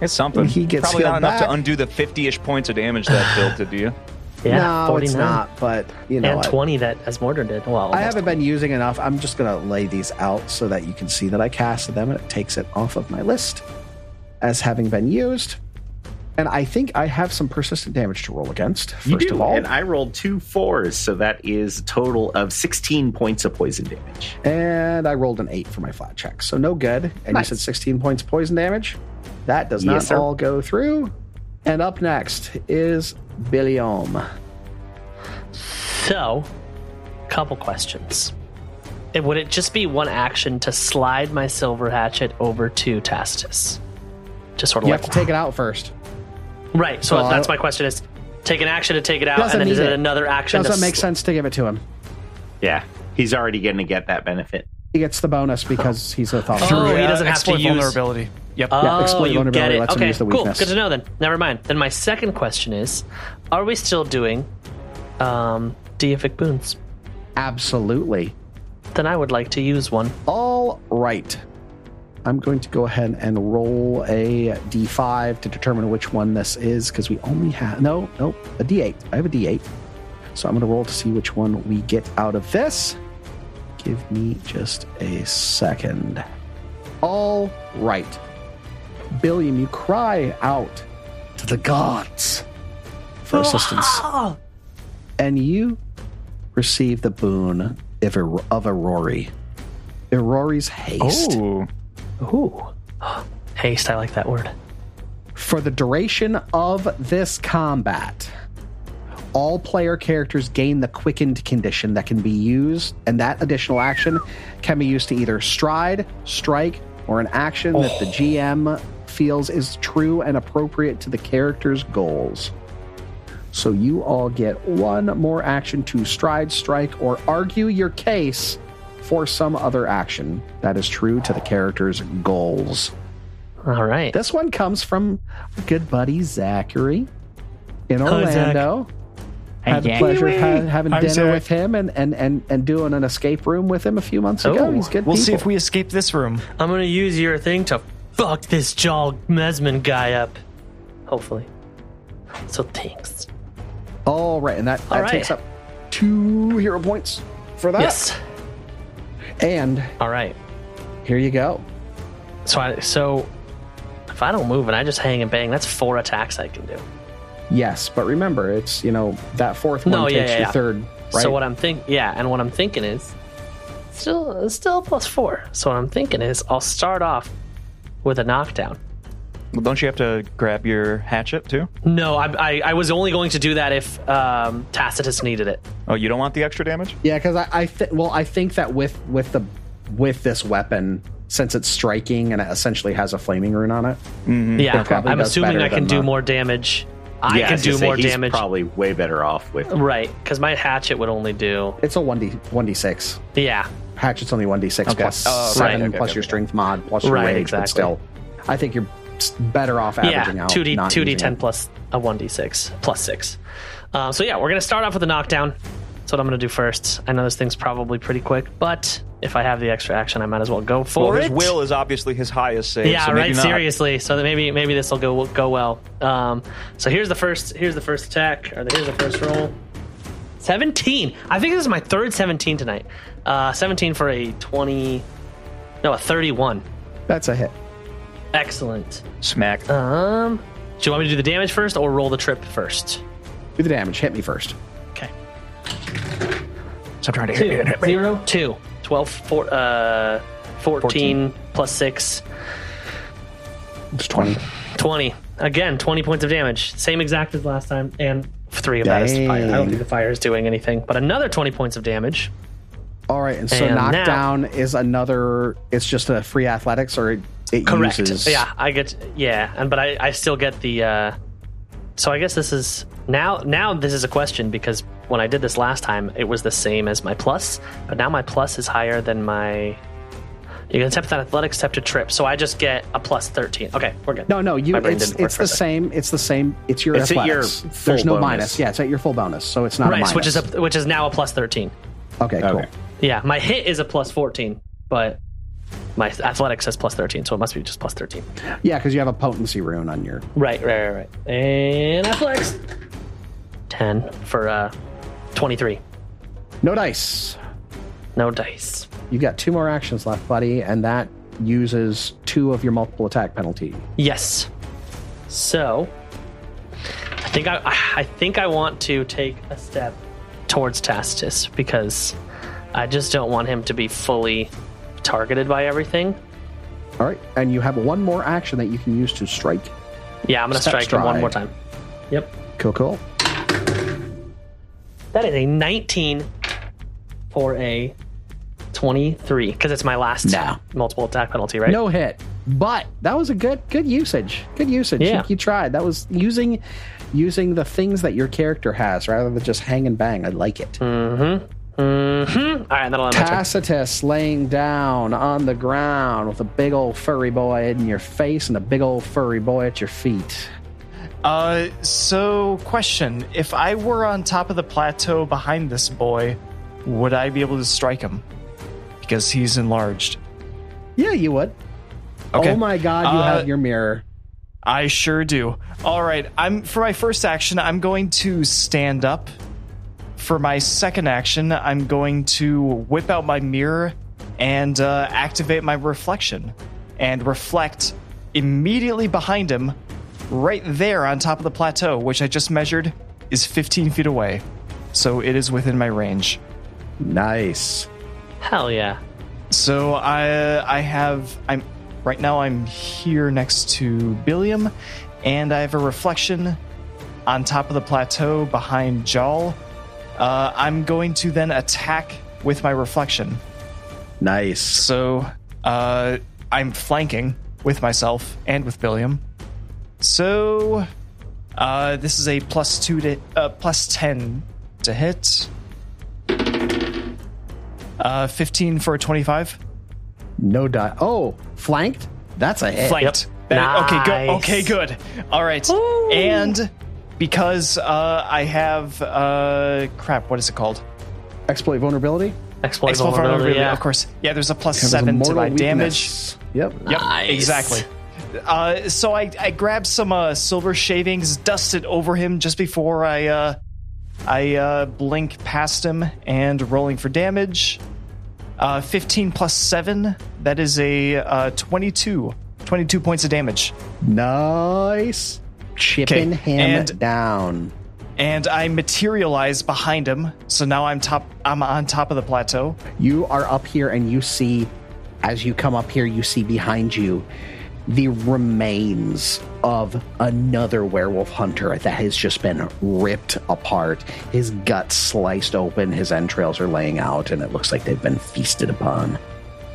Speaker 4: It's something.
Speaker 10: He gets
Speaker 4: Probably not
Speaker 10: healed
Speaker 4: enough to
Speaker 10: back.
Speaker 4: undo the 50 ish points of damage that Bill did to you.
Speaker 3: Yeah,
Speaker 10: no,
Speaker 3: 49.
Speaker 10: it's not. But you know,
Speaker 3: and
Speaker 10: what?
Speaker 3: 20 that as Mordor did. Well,
Speaker 10: I haven't been using enough. I'm just going to lay these out so that you can see that I casted them and it takes it off of my list as having been used. And I think I have some persistent damage to roll against, first
Speaker 5: You do.
Speaker 10: of all.
Speaker 5: And I rolled two fours, so that is a total of 16 points of poison damage.
Speaker 10: And I rolled an eight for my flat check. So no good. And
Speaker 5: Nice.
Speaker 10: you said 16 points poison damage. That does
Speaker 5: Yes,
Speaker 10: not
Speaker 5: sir.
Speaker 10: all go through. And up next is Oh, Billiom.
Speaker 3: So, couple questions. It, would it just be one action to slide my silver hatchet over to Tacitus? Just sort of
Speaker 10: You
Speaker 3: like
Speaker 10: have to take it out
Speaker 3: Oh,
Speaker 10: first.
Speaker 3: right. So
Speaker 10: Well,
Speaker 3: that's
Speaker 10: I-
Speaker 3: my question: is take an action to take it out,
Speaker 10: Doesn't
Speaker 3: and then is
Speaker 10: need
Speaker 3: it
Speaker 10: it.
Speaker 3: another action? to
Speaker 10: Doesn't make
Speaker 3: sl-
Speaker 10: sense to give it to him.
Speaker 5: Yeah. He's already going to get that benefit.
Speaker 10: He gets the bonus because he's a thought.
Speaker 3: Oh, he doesn't have
Speaker 7: exploit
Speaker 3: to use-
Speaker 7: vulnerability. Yep.
Speaker 3: Oh,
Speaker 10: Yeah, exploit
Speaker 3: you get
Speaker 10: vulnerability
Speaker 3: it.
Speaker 10: lets him
Speaker 3: okay,
Speaker 10: use the
Speaker 3: cool.
Speaker 10: weakness.
Speaker 3: Good to know. Then never mind. Then my second question is: Are we still doing um, deific boons?
Speaker 10: Absolutely.
Speaker 3: Then I would like to use one.
Speaker 10: All right. I'm going to go ahead and roll a d5 to determine which one this is because we only have no, no, a d8. I have a d8. So I'm going to roll to see which one we get out of this. Give me just a second. All right. Billiam, you cry out to the gods for assistance. And you receive the boon of Aur- of Aurori. Aurori's haste.
Speaker 4: Ooh.
Speaker 3: Ooh, haste. I like that word.
Speaker 10: For the duration of this combat, all player characters gain the quickened condition that can be used, and that additional action can be used to either stride, strike, or an action that the GM feels is true and appropriate to the character's goals. So you all get one more action to stride, strike, or argue your case for some other action that is true to the character's goals.
Speaker 3: All right.
Speaker 10: This one comes from our good buddy Zachary in Orlando. Had the pleasure of ha- having
Speaker 7: Hi,
Speaker 10: dinner
Speaker 7: Zach.
Speaker 10: with him and, and, and, and doing an escape room with him a few months ago.
Speaker 3: Oh,
Speaker 10: He's good.
Speaker 7: We'll see if
Speaker 10: people.
Speaker 7: we escape this room.
Speaker 3: I'm gonna use your thing to fuck this Jarl Mesman guy up. Hopefully. So thanks.
Speaker 10: All right, and that,
Speaker 3: All
Speaker 10: that
Speaker 3: right.
Speaker 10: takes up two hero points for that.
Speaker 3: Yes.
Speaker 10: Ah. And
Speaker 3: All right.
Speaker 10: here you go.
Speaker 3: So I so If I don't move and I just hang and bang, that's four attacks I can do.
Speaker 10: Yes, but remember, it's you know that fourth one
Speaker 3: No, yeah,
Speaker 10: takes
Speaker 3: yeah,
Speaker 10: your
Speaker 3: yeah.
Speaker 10: third. Right?
Speaker 3: So what I'm think, yeah, and what I'm thinking is, still, it's still plus four. So what I'm thinking is, I'll start off with a knockdown.
Speaker 4: Well, don't you have to grab your hatchet too?
Speaker 3: No, I, I, I was only going to do that if um, Tacitus needed it.
Speaker 4: Oh, you don't want the extra damage?
Speaker 10: Yeah, because I, I th- well, I think that with with the with this weapon, since it's striking and it essentially has a flaming rune on it,
Speaker 3: Yeah,
Speaker 10: It probably
Speaker 3: I'm
Speaker 10: does
Speaker 3: assuming
Speaker 10: better
Speaker 3: I can
Speaker 10: than
Speaker 3: do
Speaker 10: the-
Speaker 3: more damage. I
Speaker 5: Yeah,
Speaker 3: can
Speaker 5: was gonna
Speaker 3: do
Speaker 5: say,
Speaker 3: more
Speaker 5: he's
Speaker 3: damage,
Speaker 5: Probably way better off with.
Speaker 3: right? Because my hatchet would only do
Speaker 10: it's a one d one d six.
Speaker 3: yeah.
Speaker 10: Hatchet's only one d six
Speaker 4: Okay.
Speaker 10: plus
Speaker 4: Oh, okay,
Speaker 10: seven
Speaker 4: okay, okay,
Speaker 10: plus
Speaker 4: okay.
Speaker 10: your strength mod plus your
Speaker 3: Right,
Speaker 10: rage,
Speaker 3: exactly.
Speaker 10: but still, I think you're s- better off averaging
Speaker 3: yeah,
Speaker 10: out.
Speaker 3: two d
Speaker 10: not
Speaker 3: two d
Speaker 10: using
Speaker 3: ten
Speaker 10: it.
Speaker 3: plus a one d six plus six. Uh, so yeah, we're gonna start off with a knockdown. That's what I'm gonna do first. I know this thing's probably pretty quick, but if I have the extra action, I might as well go for
Speaker 4: Well, his
Speaker 3: it.
Speaker 4: will is obviously his highest save.
Speaker 3: yeah,
Speaker 4: so maybe
Speaker 3: right.
Speaker 4: not.
Speaker 3: Seriously, so that maybe maybe this will go go well. Um, so here's the first here's the first attack or the, here's the first roll. Seventeen. I think this is my third seventeen tonight. Uh, Seventeen for a twenty, no a thirty-one.
Speaker 16: That's a hit.
Speaker 3: Excellent.
Speaker 4: Smack.
Speaker 3: Um, do you want me to do the damage first or roll the trip first?
Speaker 10: Do the damage. Hit me first.
Speaker 3: Okay.
Speaker 4: Stop trying to hit me.
Speaker 3: Two, zero, two. 12, four, uh, 14, plus 6,
Speaker 10: It's twenty.
Speaker 3: 20. Again, 20 points of damage. Same exact as last time, and three of that is fire. I don't
Speaker 10: Dang.
Speaker 3: think the fire is doing anything, but another 20 points of damage.
Speaker 10: All right, and so
Speaker 3: And now-
Speaker 10: knockdown is another. It's just a free athletics, or it, it
Speaker 3: Correct.
Speaker 10: uses.
Speaker 3: Yeah, I get, yeah, and but I, I still get the, uh, so I guess this is, now, now this is a question because when I did this last time, it was the same as my plus, but now my plus is higher than my, you're going to attempt that athletics, attempt to trip. So I just get a plus 13. Okay, we're good.
Speaker 10: No, no, you.
Speaker 3: My brain
Speaker 10: It's,
Speaker 3: didn't work
Speaker 10: it's
Speaker 3: for a
Speaker 10: the
Speaker 3: second.
Speaker 10: same. It's the same. It's your
Speaker 5: It's at your
Speaker 10: athletics.
Speaker 5: full
Speaker 10: There's no
Speaker 5: bonus.
Speaker 10: minus. Yeah, it's at your full bonus, so it's not a
Speaker 3: right
Speaker 10: minus.
Speaker 3: which is a, which is now a plus 13
Speaker 10: okay, cool.
Speaker 5: Okay.
Speaker 3: yeah my hit is a plus 14 but my athletics says plus 13 so it must be just plus 13
Speaker 10: Yeah, because you have a potency rune on your.
Speaker 3: right right right, right. and athletics 10 for uh 23
Speaker 10: No dice.
Speaker 3: no dice
Speaker 10: You got two more actions left, buddy, and that uses two of your multiple attack penalty.
Speaker 3: yes so i think i i think i want to take a step towards tacitus because i just don't want him to be fully targeted by everything
Speaker 10: All right, and you have one more action that you can use to strike.
Speaker 3: yeah i'm gonna
Speaker 10: Step
Speaker 3: strike him one
Speaker 10: stride.
Speaker 3: more time yep
Speaker 10: Cool, cool.
Speaker 3: That is a 19 for a 23 because it's my last
Speaker 10: No.
Speaker 3: multiple attack penalty, right?
Speaker 10: No hit, but that was a good good usage. Good usage. You-
Speaker 3: Yeah.
Speaker 10: You, tried. That was using using the things that your character has rather than just hang and bang. I like it.
Speaker 3: Hmm? Mm-hmm. All right, that'll end my turn.
Speaker 10: Tacitus laying down on the ground with a big old furry boy in your face and a big old furry boy at your feet.
Speaker 7: Uh, so question: If I were on top of the plateau behind this boy, would I be able to strike him? Because he's enlarged.
Speaker 10: Yeah, you would.
Speaker 7: Okay.
Speaker 10: Oh my god, you
Speaker 7: Uh,
Speaker 10: have your mirror.
Speaker 7: I sure do. All right, I'm for my first action, I'm going to stand up. For my second action, I'm going to whip out my mirror and uh, activate my reflection and reflect immediately behind him, right there on top of the plateau, which I just measured is 15 feet away. So it is within my range.
Speaker 10: Nice.
Speaker 3: Hell yeah.
Speaker 7: So I I have I'm right now I'm here next to Billiam, and I have a reflection on top of the plateau behind Jal. Uh, I'm going to then attack with my reflection.
Speaker 10: Nice.
Speaker 7: So uh, I'm flanking with myself and with Billiam. So uh, this is a plus two to uh, plus ten to hit. Uh, 15 for a 25.
Speaker 10: No die. Oh, flanked? That's a hit.
Speaker 7: flanked. That- Okay, good.
Speaker 3: Nice.
Speaker 7: Okay, good. All right. And because uh, I have uh, crap, what is it called?
Speaker 10: Exploit vulnerability.
Speaker 3: Exploit
Speaker 7: Explode
Speaker 3: vulnerability,
Speaker 7: vulnerability,
Speaker 3: yeah.
Speaker 7: Of course. Yeah, there's a plus
Speaker 10: There's a
Speaker 7: seven to
Speaker 10: mortal
Speaker 7: my damage.
Speaker 10: weakness. Yep.
Speaker 7: Yep, exactly. Uh, so I, I grabbed some uh, silver shavings, dusted over him just before I uh, I uh, blink past him, and rolling for damage. Uh, 15 plus 7, that is a uh, 22 22 points of damage.
Speaker 10: Nice. Chipping
Speaker 7: Okay,
Speaker 10: him
Speaker 7: and-
Speaker 10: down.
Speaker 7: And I materialize behind him, so now I'm top I'm on top of the plateau.
Speaker 10: You are up here and you see, as you come up here, you see behind you the remains of another werewolf hunter that has just been ripped apart. His guts sliced open, his entrails are laying out, and it looks like they've been feasted upon.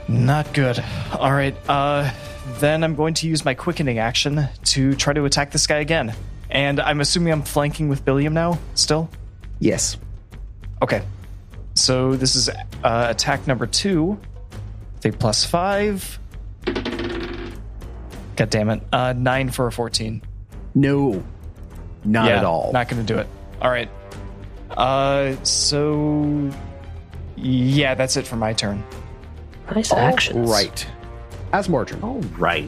Speaker 7: Not good. All right. Uh, then I'm going to use my quickening action to try to attack this guy again. And I'm assuming I'm flanking with Billiam now. Still.
Speaker 10: Yes.
Speaker 7: Okay. So this is uh, attack number two. With a plus five. God damn it. Uh, nine for a fourteen.
Speaker 10: No, not
Speaker 7: Yeah,
Speaker 10: at all.
Speaker 7: Not going to do it. All right. Uh, so yeah, that's it for my turn.
Speaker 3: Nice actions.
Speaker 10: right. As Mordrin.
Speaker 5: All right.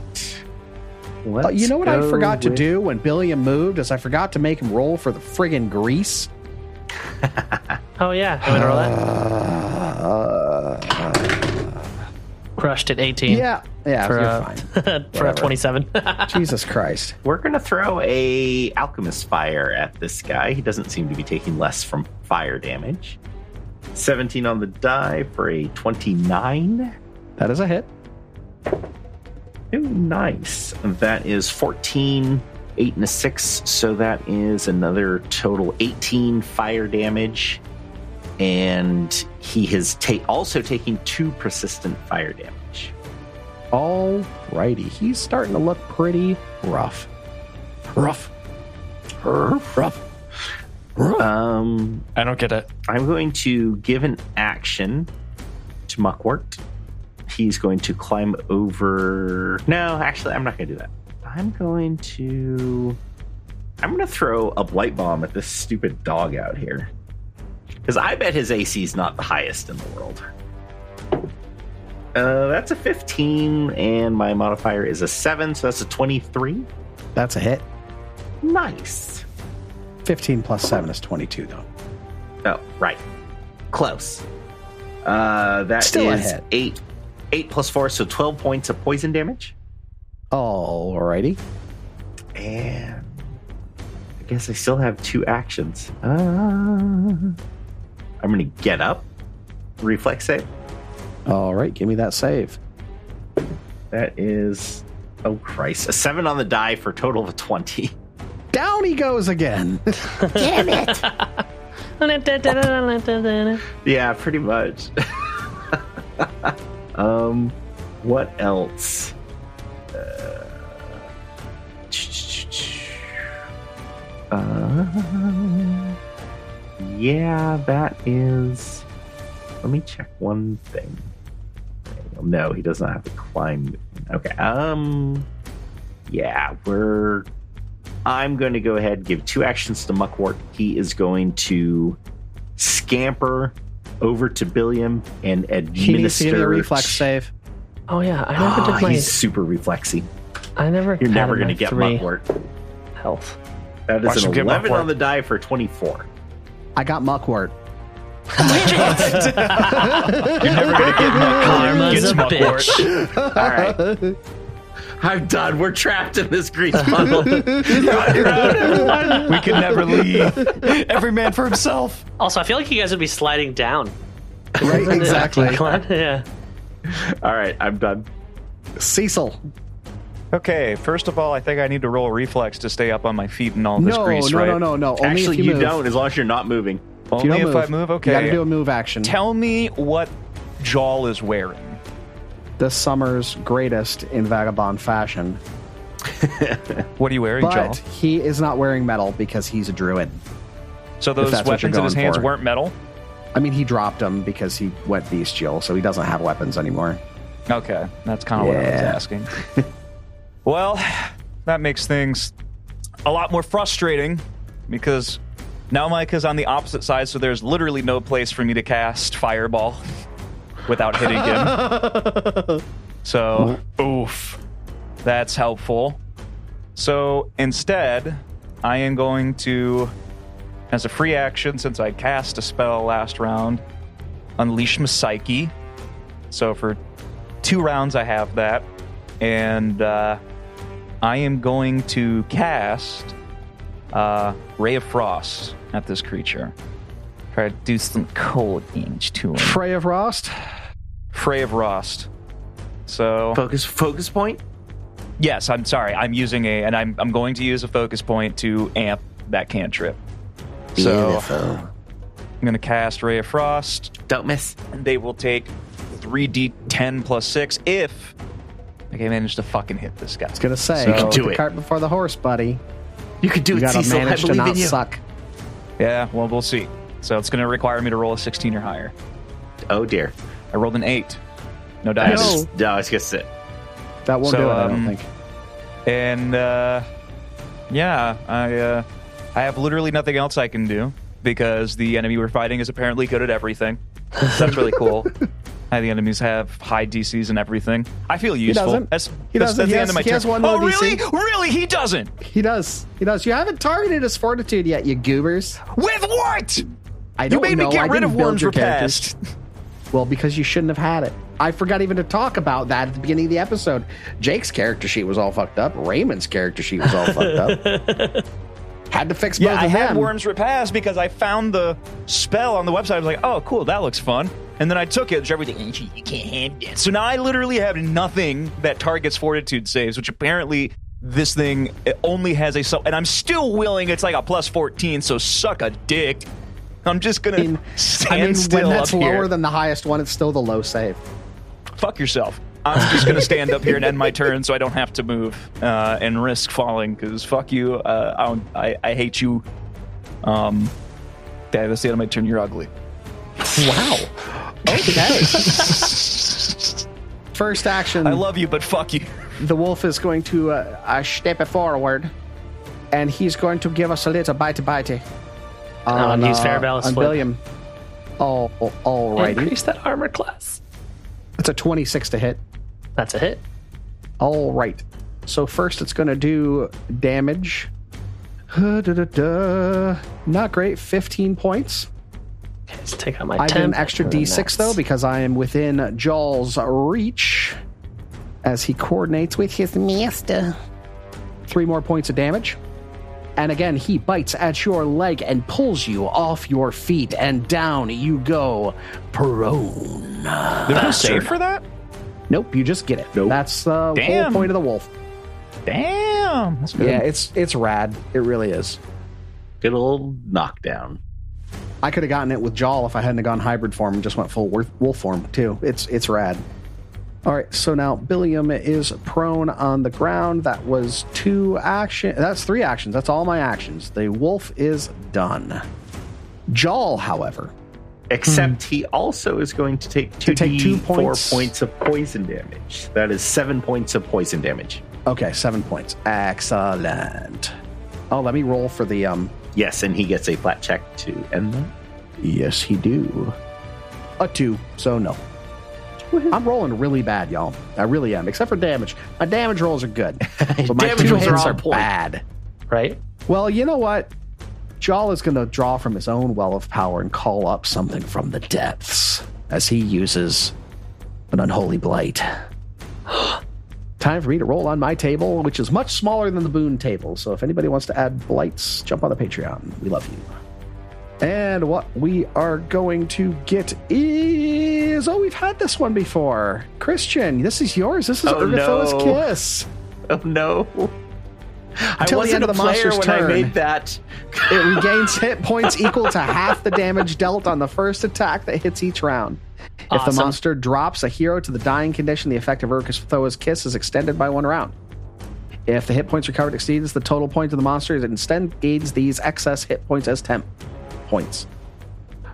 Speaker 10: Oh. Uh, you know what I
Speaker 5: Oh, go
Speaker 10: forgot to
Speaker 5: with-
Speaker 10: do when Billiam moved is I forgot to make him roll for the friggin' grease.
Speaker 3: Oh yeah. You wanna roll that? Crushed at 18
Speaker 10: Yeah, yeah,
Speaker 3: for,
Speaker 10: you're
Speaker 3: a,
Speaker 10: fine.
Speaker 3: for a Oh,
Speaker 10: Whatever.
Speaker 3: 27.
Speaker 10: Jesus Christ.
Speaker 5: We're gonna throw a alchemist fire at this guy. He doesn't seem to be taking less from fire damage. 17 on the die for a 29.
Speaker 10: That is a hit.
Speaker 5: Ooh, nice. That is 14, 8, and a 6. So that is another total 18 fire damage. And he has ta- also taking two persistent fire damage.
Speaker 10: Alrighty, he's starting to look pretty rough. Rough. Rough. Rough.
Speaker 5: Um,
Speaker 7: I don't get it.
Speaker 5: I'm going to give an action to Muckwort. He's going to climb over. No, actually, I'm not going to do that. I'm going to. I'm going to throw a blight bomb at this stupid dog out here. Because I bet his AC is not the highest in the world. Uh, that's a 15, and my modifier is a 7, so that's a 23.
Speaker 10: That's a hit.
Speaker 5: Nice.
Speaker 10: 15 plus 7 is 22, though.
Speaker 5: Oh, right. Close. Uh, that is
Speaker 10: Still a hit.
Speaker 5: eight, eight plus four, so twelve points of poison damage.
Speaker 10: Alrighty.
Speaker 5: And I guess I still have two actions. Uh, I'm gonna get up, reflex save.
Speaker 10: Alright, give me that save.
Speaker 5: That is, oh Christ, a seven on the die for a total of twenty.
Speaker 10: Down he goes again. Damn it.
Speaker 5: Yeah, pretty much. um, what else? Uh, um, yeah, that is. Let me check one thing. No, he does not have to climb. Okay. Um. Yeah, we're. I'm going to go ahead and give two actions to Muckwort. He is going to scamper over to Billiam and
Speaker 10: He needs to give me
Speaker 5: administer
Speaker 10: a reflex save.
Speaker 3: oh yeah. I never
Speaker 5: Ah,
Speaker 3: did my.
Speaker 5: he's super reflexy.
Speaker 3: I never.
Speaker 5: You're never
Speaker 3: going to
Speaker 5: get
Speaker 3: three
Speaker 5: Muckwort.
Speaker 3: health.
Speaker 5: That
Speaker 7: Watch
Speaker 5: is
Speaker 7: him
Speaker 5: an
Speaker 7: get
Speaker 5: 11
Speaker 7: Muckwort.
Speaker 5: on the die for 24.
Speaker 10: I got Muckwort.
Speaker 4: You're never gonna get my
Speaker 3: Karma's a
Speaker 4: Gets my
Speaker 3: bitch.
Speaker 5: All right. I'm done. We're trapped in this grease puddle. You're out, everyone.
Speaker 7: We can never leave. Every man for himself.
Speaker 3: Also, I feel like you guys would be sliding down.
Speaker 17: Right, exactly.
Speaker 3: yeah.
Speaker 5: All right, I'm done.
Speaker 10: Cecil.
Speaker 4: Okay, first of all, I think I need to roll reflex to stay up on my feet and all this
Speaker 10: No,
Speaker 4: grease,
Speaker 10: no,
Speaker 4: right?
Speaker 10: no, no, no. Only
Speaker 5: Actually,
Speaker 10: if you,
Speaker 5: you,
Speaker 10: move.
Speaker 5: don't, as long as you're not moving.
Speaker 10: If you
Speaker 4: Only
Speaker 10: don't
Speaker 4: if
Speaker 10: move,
Speaker 4: I move.
Speaker 10: You gotta
Speaker 4: Okay.
Speaker 10: do a move action.
Speaker 4: Tell me what Jawl is wearing.
Speaker 10: this summer's greatest in vagabond fashion.
Speaker 4: What are you wearing, Jawl?
Speaker 10: But he is not wearing metal because he's a druid.
Speaker 4: So those
Speaker 10: that's what you're
Speaker 4: weapons in his
Speaker 10: going
Speaker 4: hands
Speaker 10: for.
Speaker 4: weren't metal.
Speaker 10: I mean, he dropped them because he went bestial, so he doesn't have weapons anymore.
Speaker 4: Okay, that's kind of what I was
Speaker 10: Yeah.
Speaker 4: asking. well, that makes things a lot more frustrating because now Micah's on the opposite side, so there's literally no place for me to cast Fireball without hitting him. so, oof. That's helpful. So instead, I am going to, as a free action, since I cast a spell last round, unleash my psyche. So for two rounds, I have that. and uh, I am going to cast uh, Ray of Frost at this creature. Try to do some cold damage to him.
Speaker 10: Frey of Rost.
Speaker 4: Fray of Rost. So
Speaker 5: Focus focus point.
Speaker 4: yes, I'm sorry. I'm using a, and I'm I'm going to use a focus point to amp that cantrip. So
Speaker 5: Beautiful.
Speaker 4: I'm going to cast Ray of Frost.
Speaker 5: Don't miss.
Speaker 4: and they will take 3d10 plus 6 if I can manage to fucking hit this guy.
Speaker 10: It's gonna say
Speaker 4: You can
Speaker 5: do
Speaker 10: the
Speaker 5: it.
Speaker 10: cart before the horse, buddy.
Speaker 5: You could do
Speaker 10: You
Speaker 5: it,
Speaker 10: gotta
Speaker 5: Cecil. I
Speaker 10: manage to
Speaker 5: believe in
Speaker 10: not
Speaker 5: you.
Speaker 10: suck.
Speaker 4: Yeah, well, we'll see. So it's going to require me to roll a 16 or higher.
Speaker 5: Oh dear.
Speaker 4: I rolled an 8. No
Speaker 5: I
Speaker 4: dice.
Speaker 5: was, no, I was gonna sit.
Speaker 10: That won't
Speaker 4: So,
Speaker 10: do it. I don't
Speaker 4: um,
Speaker 10: think.
Speaker 4: And, uh, yeah, I, uh, I have literally nothing else I can do because the enemy we're fighting is apparently good at everything. So that's really cool. How the enemies have high DCs and everything. I feel useful.
Speaker 10: doesn't.
Speaker 4: That's,
Speaker 10: He
Speaker 4: that's, that's
Speaker 10: doesn't. He
Speaker 4: the end
Speaker 10: has-
Speaker 4: of my
Speaker 10: he
Speaker 4: turn.
Speaker 10: has one low
Speaker 4: oh, really?
Speaker 10: DC.
Speaker 4: Really? He doesn't.
Speaker 10: He does. He does. You haven't targeted his fortitude yet, you goobers.
Speaker 4: With what?
Speaker 10: I
Speaker 4: You
Speaker 10: don't
Speaker 4: made
Speaker 10: know.
Speaker 4: me get
Speaker 10: I
Speaker 4: rid
Speaker 10: didn't
Speaker 4: of
Speaker 10: build
Speaker 4: worms
Speaker 10: your characters.
Speaker 4: repast.
Speaker 10: Well, because you shouldn't have had it. I forgot even to talk about that at the beginning of the episode. Jake's character sheet was all fucked up. Raymond's character sheet was all fucked up. Had to fix both
Speaker 4: Yeah,
Speaker 10: of
Speaker 4: I
Speaker 10: them.
Speaker 4: had Worms Repast because I found the spell on the website. I was like, oh, cool, that looks fun. And then I took it. There's everything. "Actually, You can't have that. So now I literally have nothing that targets Fortitude saves, which apparently this thing it only has a sub. And I'm still willing. It's like a plus 14, so suck a dick. I'm just gonna
Speaker 10: I mean,
Speaker 4: stand
Speaker 10: I mean,
Speaker 4: still
Speaker 10: when that's
Speaker 4: up
Speaker 10: lower
Speaker 4: here.
Speaker 10: than the highest one, it's still the low save.
Speaker 4: Fuck yourself. I'm just gonna stand up here and end my turn, so I don't have to move uh, and risk falling. Because fuck you, uh, I, don't, I I hate you. Um, yeah, that's the end of my turn. You're ugly.
Speaker 10: Wow. Okay. First action.
Speaker 4: I love you, but fuck you.
Speaker 10: the wolf is going to uh, uh, step it forward, and he's going to give us a little bitey bitey. On, uh,
Speaker 3: use Faribalis
Speaker 10: on
Speaker 3: flip.
Speaker 10: William. Oh, all righty.
Speaker 3: Increase that armor class.
Speaker 10: It's a twenty-six to hit.
Speaker 3: That's a hit.
Speaker 10: All right. So first, it's going to do damage. Uh, da, da, da. Not great. Fifteen points.
Speaker 3: Okay, let's take out my
Speaker 10: I get an
Speaker 3: temp.
Speaker 10: extra
Speaker 3: and then
Speaker 10: d6 though
Speaker 3: that's-
Speaker 10: because I am within Jaws' reach as he coordinates with his master. Three more points of damage. And again, he bites at your leg and pulls you off your feet, and down you go prone.
Speaker 4: There's no save for that.
Speaker 10: Nope, you just get it. Nope. That's the whole
Speaker 4: Damn.
Speaker 10: point of the wolf.
Speaker 4: Damn, that's good.
Speaker 10: Yeah, it's it's rad. It really is.
Speaker 5: Good old knockdown.
Speaker 10: I could have gotten it with Jaw if I hadn't have gone hybrid form and just went full wor- wolf form too. It's it's rad. All right, so now Billiam is prone on the ground. That was two action. That's three actions. That's all my actions. The wolf is done. Jaw, however,
Speaker 5: Except he also is going to take two,
Speaker 10: take two
Speaker 5: four
Speaker 10: points.
Speaker 5: points of poison damage. That is seven points of poison damage.
Speaker 10: okay, seven points. Excellent. Oh, let me roll for the um.
Speaker 5: Yes, and he gets a flat check to end them.
Speaker 10: Yes, he do. A two, so no. I'm rolling really bad, y'all. I really am, except for damage. My damage rolls are good, but my
Speaker 5: Damage
Speaker 10: two
Speaker 5: rolls are
Speaker 10: hits
Speaker 5: on
Speaker 10: are
Speaker 5: point.
Speaker 10: bad.
Speaker 3: right.
Speaker 10: Well, you know what? Jarl is going to draw from his own well of power and call up something from the depths as he uses an unholy blight. Time for me to roll on my table, which is much smaller than the boon table. So if anybody wants to add blights, jump on the Patreon. We love you. And what we are going to get is oh, we've had this one before. Christian, this is yours. This is
Speaker 5: Oh,
Speaker 10: Urgathoa's
Speaker 5: no.
Speaker 10: Kiss.
Speaker 5: Oh no. I
Speaker 10: Till the
Speaker 5: wasn't
Speaker 10: end of
Speaker 5: a
Speaker 10: the
Speaker 5: player
Speaker 10: monster's
Speaker 5: when I
Speaker 10: turn.
Speaker 5: made that.
Speaker 10: It regains hit points equal to half the damage dealt on the first attack that hits each round. If the
Speaker 3: Awesome.
Speaker 10: monster drops a hero to the dying condition, the effect of Urkathoa's Kiss is extended by one round. If the hit points recovered exceeds the total points of the monster, it instead gains these excess hit points as temp points.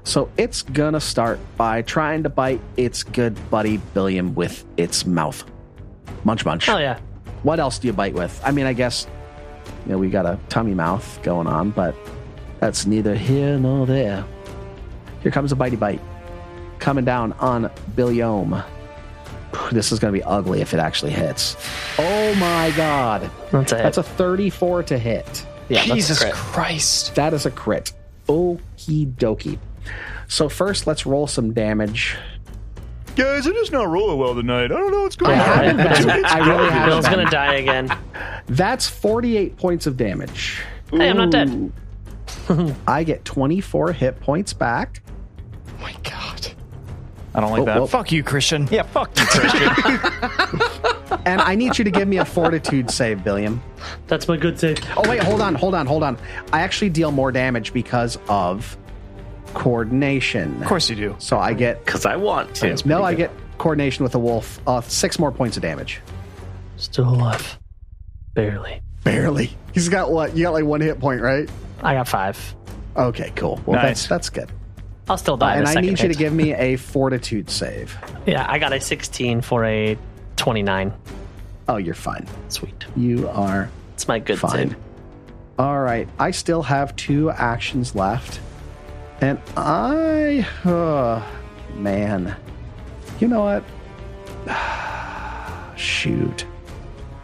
Speaker 10: So it's gonna start by trying to bite its good buddy Billiam with its mouth. Munch, munch
Speaker 3: Oh yeah.
Speaker 10: what else do you bite with? I mean, I guess you know we got a tummy mouth going on, but that's neither here nor there. Here comes a bitey bite coming down on Billiome. This is going to be ugly if it actually hits. Oh my god,
Speaker 3: That's a hit.
Speaker 10: that's a 34 to hit.
Speaker 3: yeah, that's a
Speaker 18: Jesus
Speaker 3: crit.
Speaker 18: Christ.
Speaker 10: That is a crit. Okie dokie. So first, let's roll some damage.
Speaker 4: Guys, I'm just not rolling well tonight. I don't know what's going
Speaker 10: I haven't
Speaker 4: on.
Speaker 10: been.
Speaker 4: It's-
Speaker 10: I really haven't
Speaker 3: Bill's
Speaker 10: been.
Speaker 3: gonna die again.
Speaker 10: That's 48 points of damage.
Speaker 3: Hey, I'm not dead.
Speaker 10: I get 24 hit points back.
Speaker 7: my god.
Speaker 4: I don't like
Speaker 10: Oh,
Speaker 4: that.
Speaker 10: well.
Speaker 7: Fuck you, Christian.
Speaker 4: Yeah, fuck you, Christian.
Speaker 10: And I need you to give me a fortitude save, Billiam.
Speaker 3: That's my good save.
Speaker 10: Oh, wait, hold on, hold on, hold on. I actually deal more damage because of coordination.
Speaker 7: Of course you do.
Speaker 10: So I get.
Speaker 5: because I want to.
Speaker 10: No, I get coordination with the wolf. Uh, six more points of damage.
Speaker 3: Still alive. Barely.
Speaker 10: Barely. He's got what? You got like one hit point, right?
Speaker 3: I got five.
Speaker 10: Okay, cool. Well, that's
Speaker 4: Nice.
Speaker 10: that's good.
Speaker 3: I'll still die. in
Speaker 10: and
Speaker 3: a
Speaker 10: I
Speaker 3: second
Speaker 10: need you to
Speaker 3: hit.
Speaker 10: give me a fortitude save.
Speaker 3: Yeah, I got a 16 for a 29.
Speaker 10: Oh, you're fine.
Speaker 3: Sweet.
Speaker 10: You are
Speaker 3: It's my good
Speaker 10: fine.
Speaker 3: save.
Speaker 10: All right. I still have two actions left. And I. Uh, man. You know what? Shoot.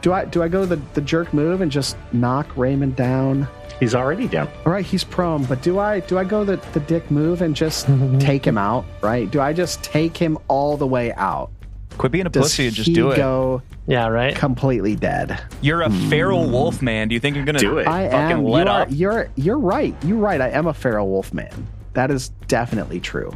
Speaker 10: Do I do I go the, the jerk move and just knock Raymond down?
Speaker 5: He's already down.
Speaker 10: All right, he's prone, but do I do I go the, the dick move and just take him out? Right? Do I just take him all the way out?
Speaker 4: Quit being a
Speaker 10: Does
Speaker 4: pussy and just
Speaker 10: he
Speaker 4: do it.
Speaker 10: go
Speaker 3: Yeah, right?
Speaker 10: completely dead?
Speaker 4: You're a
Speaker 10: Hmm.
Speaker 4: feral wolf man. Do you think you're gonna
Speaker 5: Do it.
Speaker 10: I
Speaker 4: fucking
Speaker 10: am. You
Speaker 4: let
Speaker 10: are-
Speaker 4: up?
Speaker 10: You're you're right. You're right. I am a feral wolf man. That is definitely true.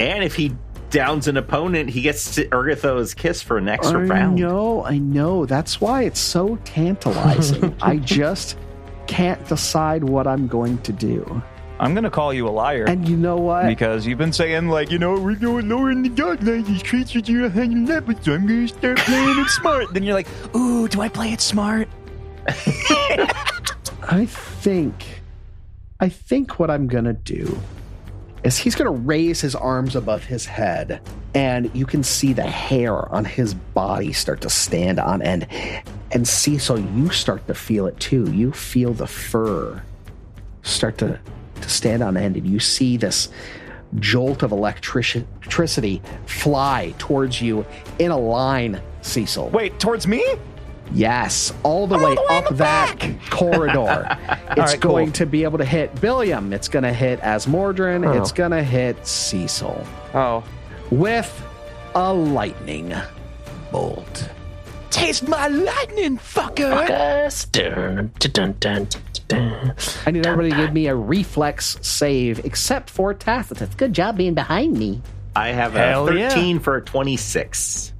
Speaker 5: And if he downs an opponent, he gets to Urgatho's kiss for an extra
Speaker 10: I
Speaker 5: round.
Speaker 10: know. I know. That's why it's so tantalizing. I just can't decide what I'm going to do.
Speaker 4: I'm gonna call you a liar.
Speaker 10: And you know what?
Speaker 4: because you've been saying like, you know, we're going lower in the dark like these creatures you're hanging out with, so I'm gonna start playing it smart. Then you're like, ooh, do I play it smart?
Speaker 10: I think, I think what I'm gonna do is he's gonna raise his arms above his head, and you can see the hair on his body start to stand on end, and see. So you start to feel it too. You feel the fur start to to stand on end, and you see this jolt of electrici- electricity fly towards you in a line, Cecil.
Speaker 4: Wait, towards me?
Speaker 10: Yes, all the way up that corridor. it's
Speaker 4: right, cool.
Speaker 10: going to be able to hit Billiam. It's going to hit Asmordran. It's going to hit Cecil
Speaker 4: Oh.
Speaker 10: with a lightning bolt.
Speaker 4: Taste my lightning, fucker!
Speaker 3: Yes. Dun, dun, dun, dun, dun, dun.
Speaker 10: I need everybody to give me a reflex save, except for Tacitus. Good job being behind me.
Speaker 5: I have
Speaker 4: Hell
Speaker 5: a
Speaker 4: yeah.
Speaker 5: 13 for a 26.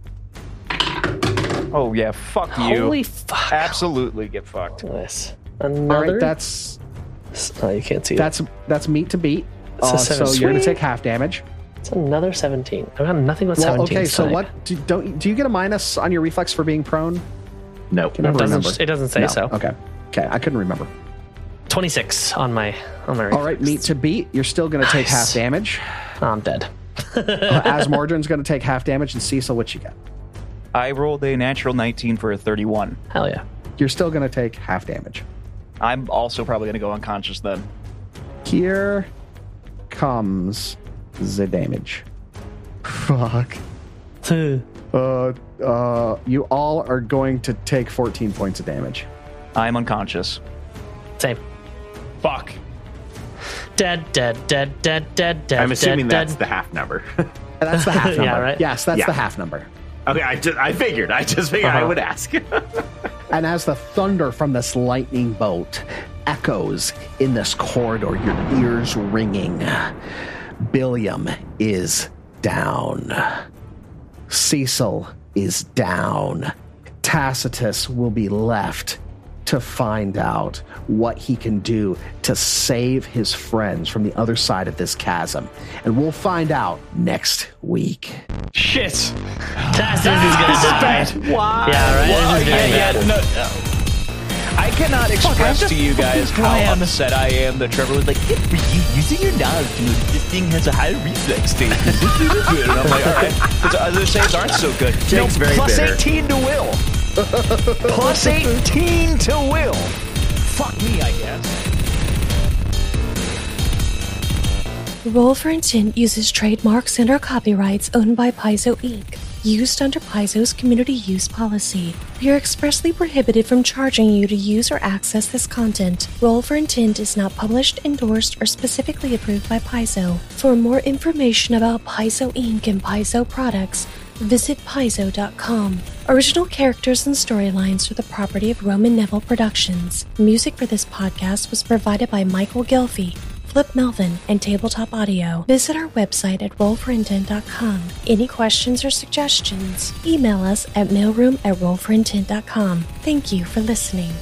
Speaker 4: Oh yeah, fuck you.
Speaker 3: Holy fuck.
Speaker 4: Absolutely get fucked.
Speaker 3: Nice.
Speaker 10: All
Speaker 3: Another.
Speaker 10: right, that's
Speaker 3: that's, oh, you can't see that.
Speaker 10: that's that's meat to beat.
Speaker 3: It's a
Speaker 10: Uh, so
Speaker 3: seven.
Speaker 10: you're going to
Speaker 3: Sweet.
Speaker 10: take half damage.
Speaker 3: It's another 17. I've got nothing but
Speaker 10: Well,
Speaker 3: 17.
Speaker 10: okay. So
Speaker 3: tonight.
Speaker 10: what do, don't do you get a minus on your reflex for being prone?
Speaker 5: No.
Speaker 10: Can I
Speaker 3: It doesn't,
Speaker 10: remember?
Speaker 3: it doesn't say
Speaker 10: No.
Speaker 3: so.
Speaker 10: Okay. Okay, I couldn't remember.
Speaker 3: 26 on my on my.
Speaker 10: All right, meat to beat. You're still going to take half
Speaker 3: Nice.
Speaker 10: damage.
Speaker 3: I'm dead.
Speaker 10: Uh, Asmordran's going to take half damage, and Cecil, what you got?
Speaker 4: I rolled a natural 19 for a 31.
Speaker 3: Hell yeah.
Speaker 10: You're still going to take half damage.
Speaker 4: I'm also probably gonna go unconscious then.
Speaker 10: Here comes the damage. Fuck. Uh, uh, you all are going to take 14 points of damage.
Speaker 4: I'm unconscious.
Speaker 3: Same.
Speaker 7: Fuck.
Speaker 3: Dead, dead, dead, dead, dead, dead.
Speaker 5: I'm assuming
Speaker 3: dead,
Speaker 5: that's
Speaker 3: dead.
Speaker 5: the half number.
Speaker 10: And That's the half
Speaker 3: Yeah,
Speaker 10: number.
Speaker 3: right.
Speaker 10: Yes, that's
Speaker 5: Yeah.
Speaker 10: the half number.
Speaker 5: okay, I, just, I figured. I just figured I would ask.
Speaker 10: And as the thunder from this lightning bolt echoes in this corridor, your ears ringing, Billiam is down. Cecil is down. Tacitus will be left to find out what he can do to save his friends from the other side of this chasm. And we'll find out next week.
Speaker 7: Shit.
Speaker 3: Tacitus is gonna die. Yeah, right. This is very bad.
Speaker 4: yeah, no, no. I cannot express to you guys how upset I am that Trevor was like, good for you, using your knowledge to move, this thing has a high reflex state. and I'm like, all right, its other saves aren't so good.
Speaker 5: Jake's very
Speaker 4: plus
Speaker 5: bitter.
Speaker 4: 18 to will. plus 18 to will. Fuck me, I guess.
Speaker 1: Roll for Intent uses trademarks and our copyrights owned by Paizo Inc.
Speaker 19: used under Paizo's community use policy. We are expressly prohibited from charging you to use or access this content. Roll for Intent is not published, endorsed, or specifically approved by Paizo. For more information about Paizo Inc. and Paizo products, visit paizo.com. Original characters and storylines are the property of Roman Neville Productions. Music for this podcast was provided by Michael Gilfie. Flip Melvin, and Tabletop Audio. Visit our website at rollforintent.com. Any questions or suggestions, email us at mailroom at rollforintent.com. Thank you for listening.